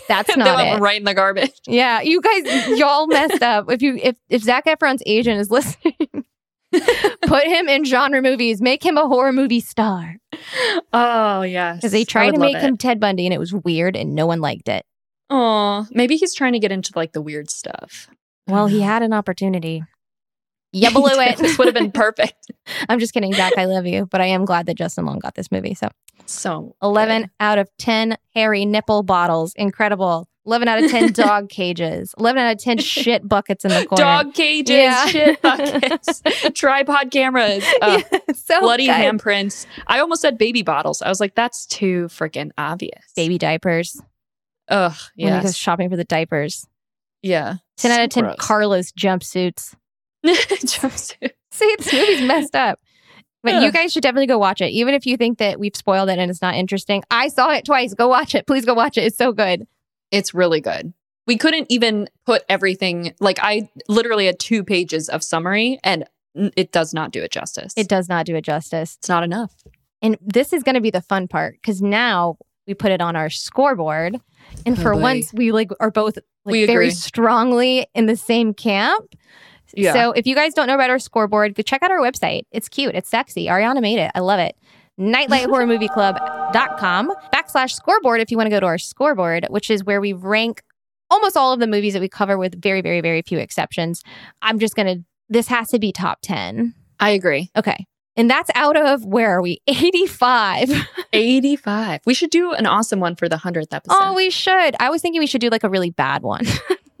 B: that's
C: That
B: not
C: went
B: it.
C: right in the garbage.
B: Yeah, you guys, y'all messed up. If you if if Zac Efron's agent is listening, put him in genre movies. Make him a horror movie star.
C: Oh yes,
B: Because they tried to make him Ted Bundy and it was weird and no one liked it.
C: Oh, maybe he's trying to get into like the weird stuff.
B: Well, he
C: Yeah.
B: had an opportunity. You blew
C: this
B: it.
C: would have been perfect.
B: I'm just kidding, Zach. I love you, but I am glad that Justin Long got this movie. So
C: So
B: 11 out of 10 hairy nipple bottles. Incredible. 11 out of 10 dog cages. 11 out of 10 shit buckets in the
C: good.
B: corner.
C: dog cages,
B: Yeah.
C: shit buckets, tripod cameras,
B: Oh.
C: uh,
B: so
C: bloody
B: good.
C: handprints. I almost said baby bottles. I was like, that's too freaking obvious.
B: Baby Oh diapers.
C: Ugh.
B: When he goes
C: Yes.
B: shopping for the diapers.
C: Yeah.
B: 10 out
C: So
B: of 10
C: gross.
B: Carlos jumpsuits.
C: Jumpsuit.
B: See, this movie's messed up. But you
C: Ugh.
B: guys should definitely go watch it, even if you think that we've spoiled it and it's not interesting. I saw it twice. Go watch it. Please go watch it. It's so good.
C: It's really good. We couldn't even put everything, like, I literally had two pages of summary and n- it does not do it justice.
B: It does not do it justice.
C: It's not enough.
B: And this is going to be the fun part because now we put it on our scoreboard, and for
C: Oh, boy.
B: once we like are both like,
C: We
B: very
C: agree.
B: strongly in the same camp.
C: Yeah.
B: So if you guys don't know about our scoreboard, go check out our website. It's cute. It's sexy. Ariana made it. I love it. Nightlighthorrormovieclub.com backslash scoreboard if you want to go to our scoreboard, which is where we rank almost all of the movies that we cover with very, very, very few exceptions. I'm just going to, this has to be top 10.
C: I agree.
B: Okay. And that's out of, where are we? 85.
C: 85. We should do an awesome one for the 100th episode.
B: Oh, we should. I was thinking we should do like a really bad one,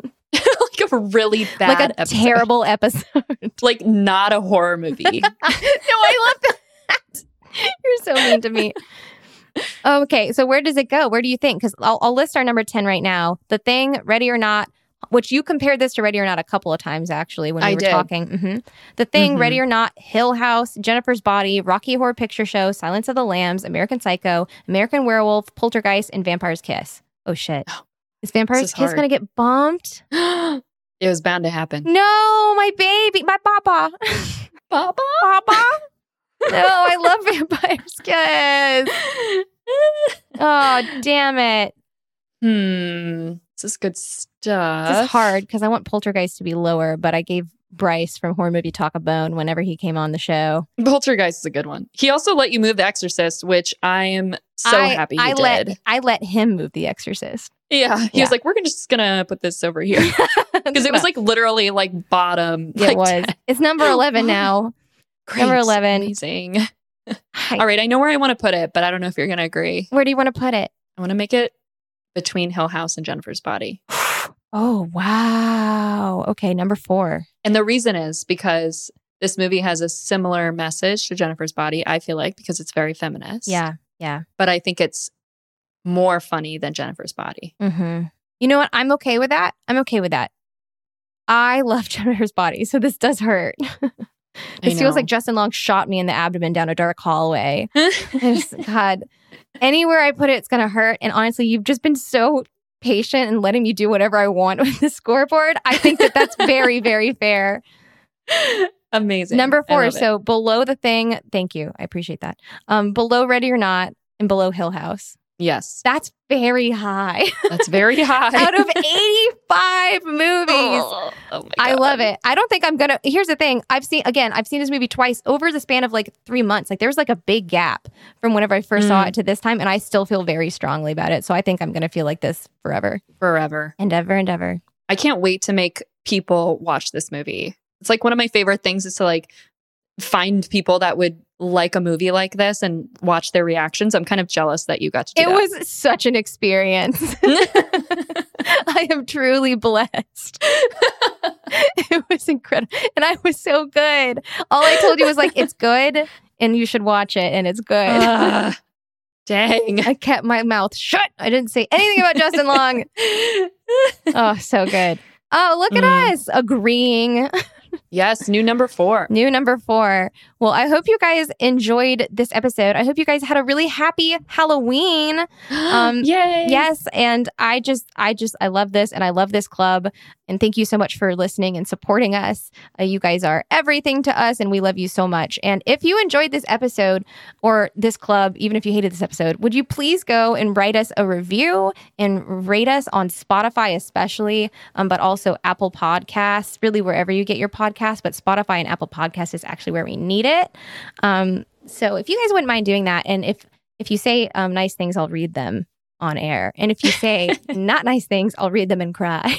C: like a really bad
B: like a
C: episode.
B: terrible episode.
C: like not a horror movie.
B: no, I love that. You're so mean to me. Okay, so where does it go? Where do you think? Because I'll, I'll list our number 10 right now. The Thing, Ready or Not, which you compared this to Ready or Not a couple of times actually when we
C: I
B: were
C: did.
B: talking. hmm The Thing,
C: Mhm.
B: Ready or Not, Hill House, Jennifer's Body, Rocky Horror Picture Show, Silence of the Lambs, American Psycho, American Werewolf, Poltergeist, and Vampire's Kiss. Oh shit. Is Vampire's
C: is
B: Kiss
C: hard.
B: going to get bumped?
C: it was bound to happen.
B: No, my baby, my papa.
C: Baba.
B: Papa. no, I love Vampire's Kiss. Oh, damn it.
C: hmm. This is good stuff.
B: This is hard because I want Poltergeist to be lower, but I gave Bryce from Horror Movie Talk a bone whenever he came on the show.
C: Poltergeist is a good one. He also let you move The Exorcist, which I am so
B: I,
C: happy he
B: I
C: did.
B: let I let him move The Exorcist
C: yeah, he
B: Yeah.
C: was like, "We're gonna- just gonna put this over here because it was like literally like bottom.
B: it
C: like,
B: was. It's number eleven now. number 11.
C: amazing.
B: Hi.
C: All right, I know where I want to put it, but I don't know if you're gonna agree.
B: Where do you want to put it?
C: I want to make it between Hill House and Jennifer's Body,
B: Oh wow. Okay, number four.
C: and the reason is because this movie has a similar message to Jennifer's Body. I feel like because it's very feminist.
B: Yeah.
C: but I think it's more funny than Jennifer's Body.
B: hmm You know what? I'm okay with that. I'm okay with that. I love Jennifer's body, so this does hurt. this feels
C: know.
B: like Justin Long shot me in the abdomen down a dark hallway. I just- God, anywhere I put it, it's gonna hurt. And honestly, you've just been so patient and letting me do whatever I want with the scoreboard. I think that that's very, very fair.
C: Amazing.
B: Number
C: I
B: four.
C: love it.
B: So below the thing, thank you. I appreciate that. Um, below Ready or Not and below Hill House.
C: Yes.
B: That's very high.
C: That's very high.
B: Out of 85 movies.
C: Oh, oh my
B: I
C: God.
B: love it. I don't think I'm gonna. Here's the thing. I've seen again. I've seen this movie twice over the span of like three months. Like there was like a big gap from whenever I first saw
C: Mm.
B: it to this time, and I still feel very strongly about it. So I think I'm gonna feel like this forever
C: forever.
B: and ever and ever.
C: I can't wait to make people watch this movie. It's like one of my favorite things is to like find people that would like a movie like this and watch their reactions. I'm kind of jealous that you got to do
B: It
C: that.
B: was such an experience. I am truly blessed. it was incredible, and I was so good. All I told you was like, it's good, and you should watch it, and it's good.
C: Ah, dang.
B: I kept my mouth shut. I didn't say anything about Justin Long. Oh, so good. Oh, look at
C: Mm.
B: us agreeing.
C: yes, new number four.
B: New number four. Well, I hope you guys enjoyed this episode. I hope you guys had a really happy Halloween. Um,
C: Yay.
B: Yes. And I just, I just, I love this and I love this club. And thank you so much for listening and supporting us. Uh, you guys are everything to us and we love you so much. And if you enjoyed this episode or this club, even if you hated this episode, would you please go and write us a review and rate us on Spotify, especially, um, but also Apple Podcasts, really wherever you get your podcast. But Spotify and Apple Podcasts is actually where we need it. Um, so if you guys wouldn't mind doing that, and if if you say um, nice things, I'll read them on air. And if you say not nice things, I'll read them and cry.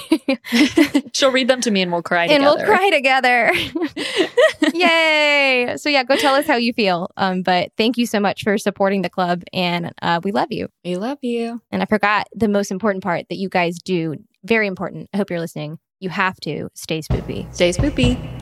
C: She'll read them to me and we'll cry
B: and
C: together.
B: we'll cry together. Yay. So yeah, go tell us how you feel. Um, but thank you so much for supporting the club and uh, we love you.
C: We love you.
B: And I forgot the most important part that you guys do. Very important. I hope you're listening. You have to stay spoopy.
C: Stay spoopy.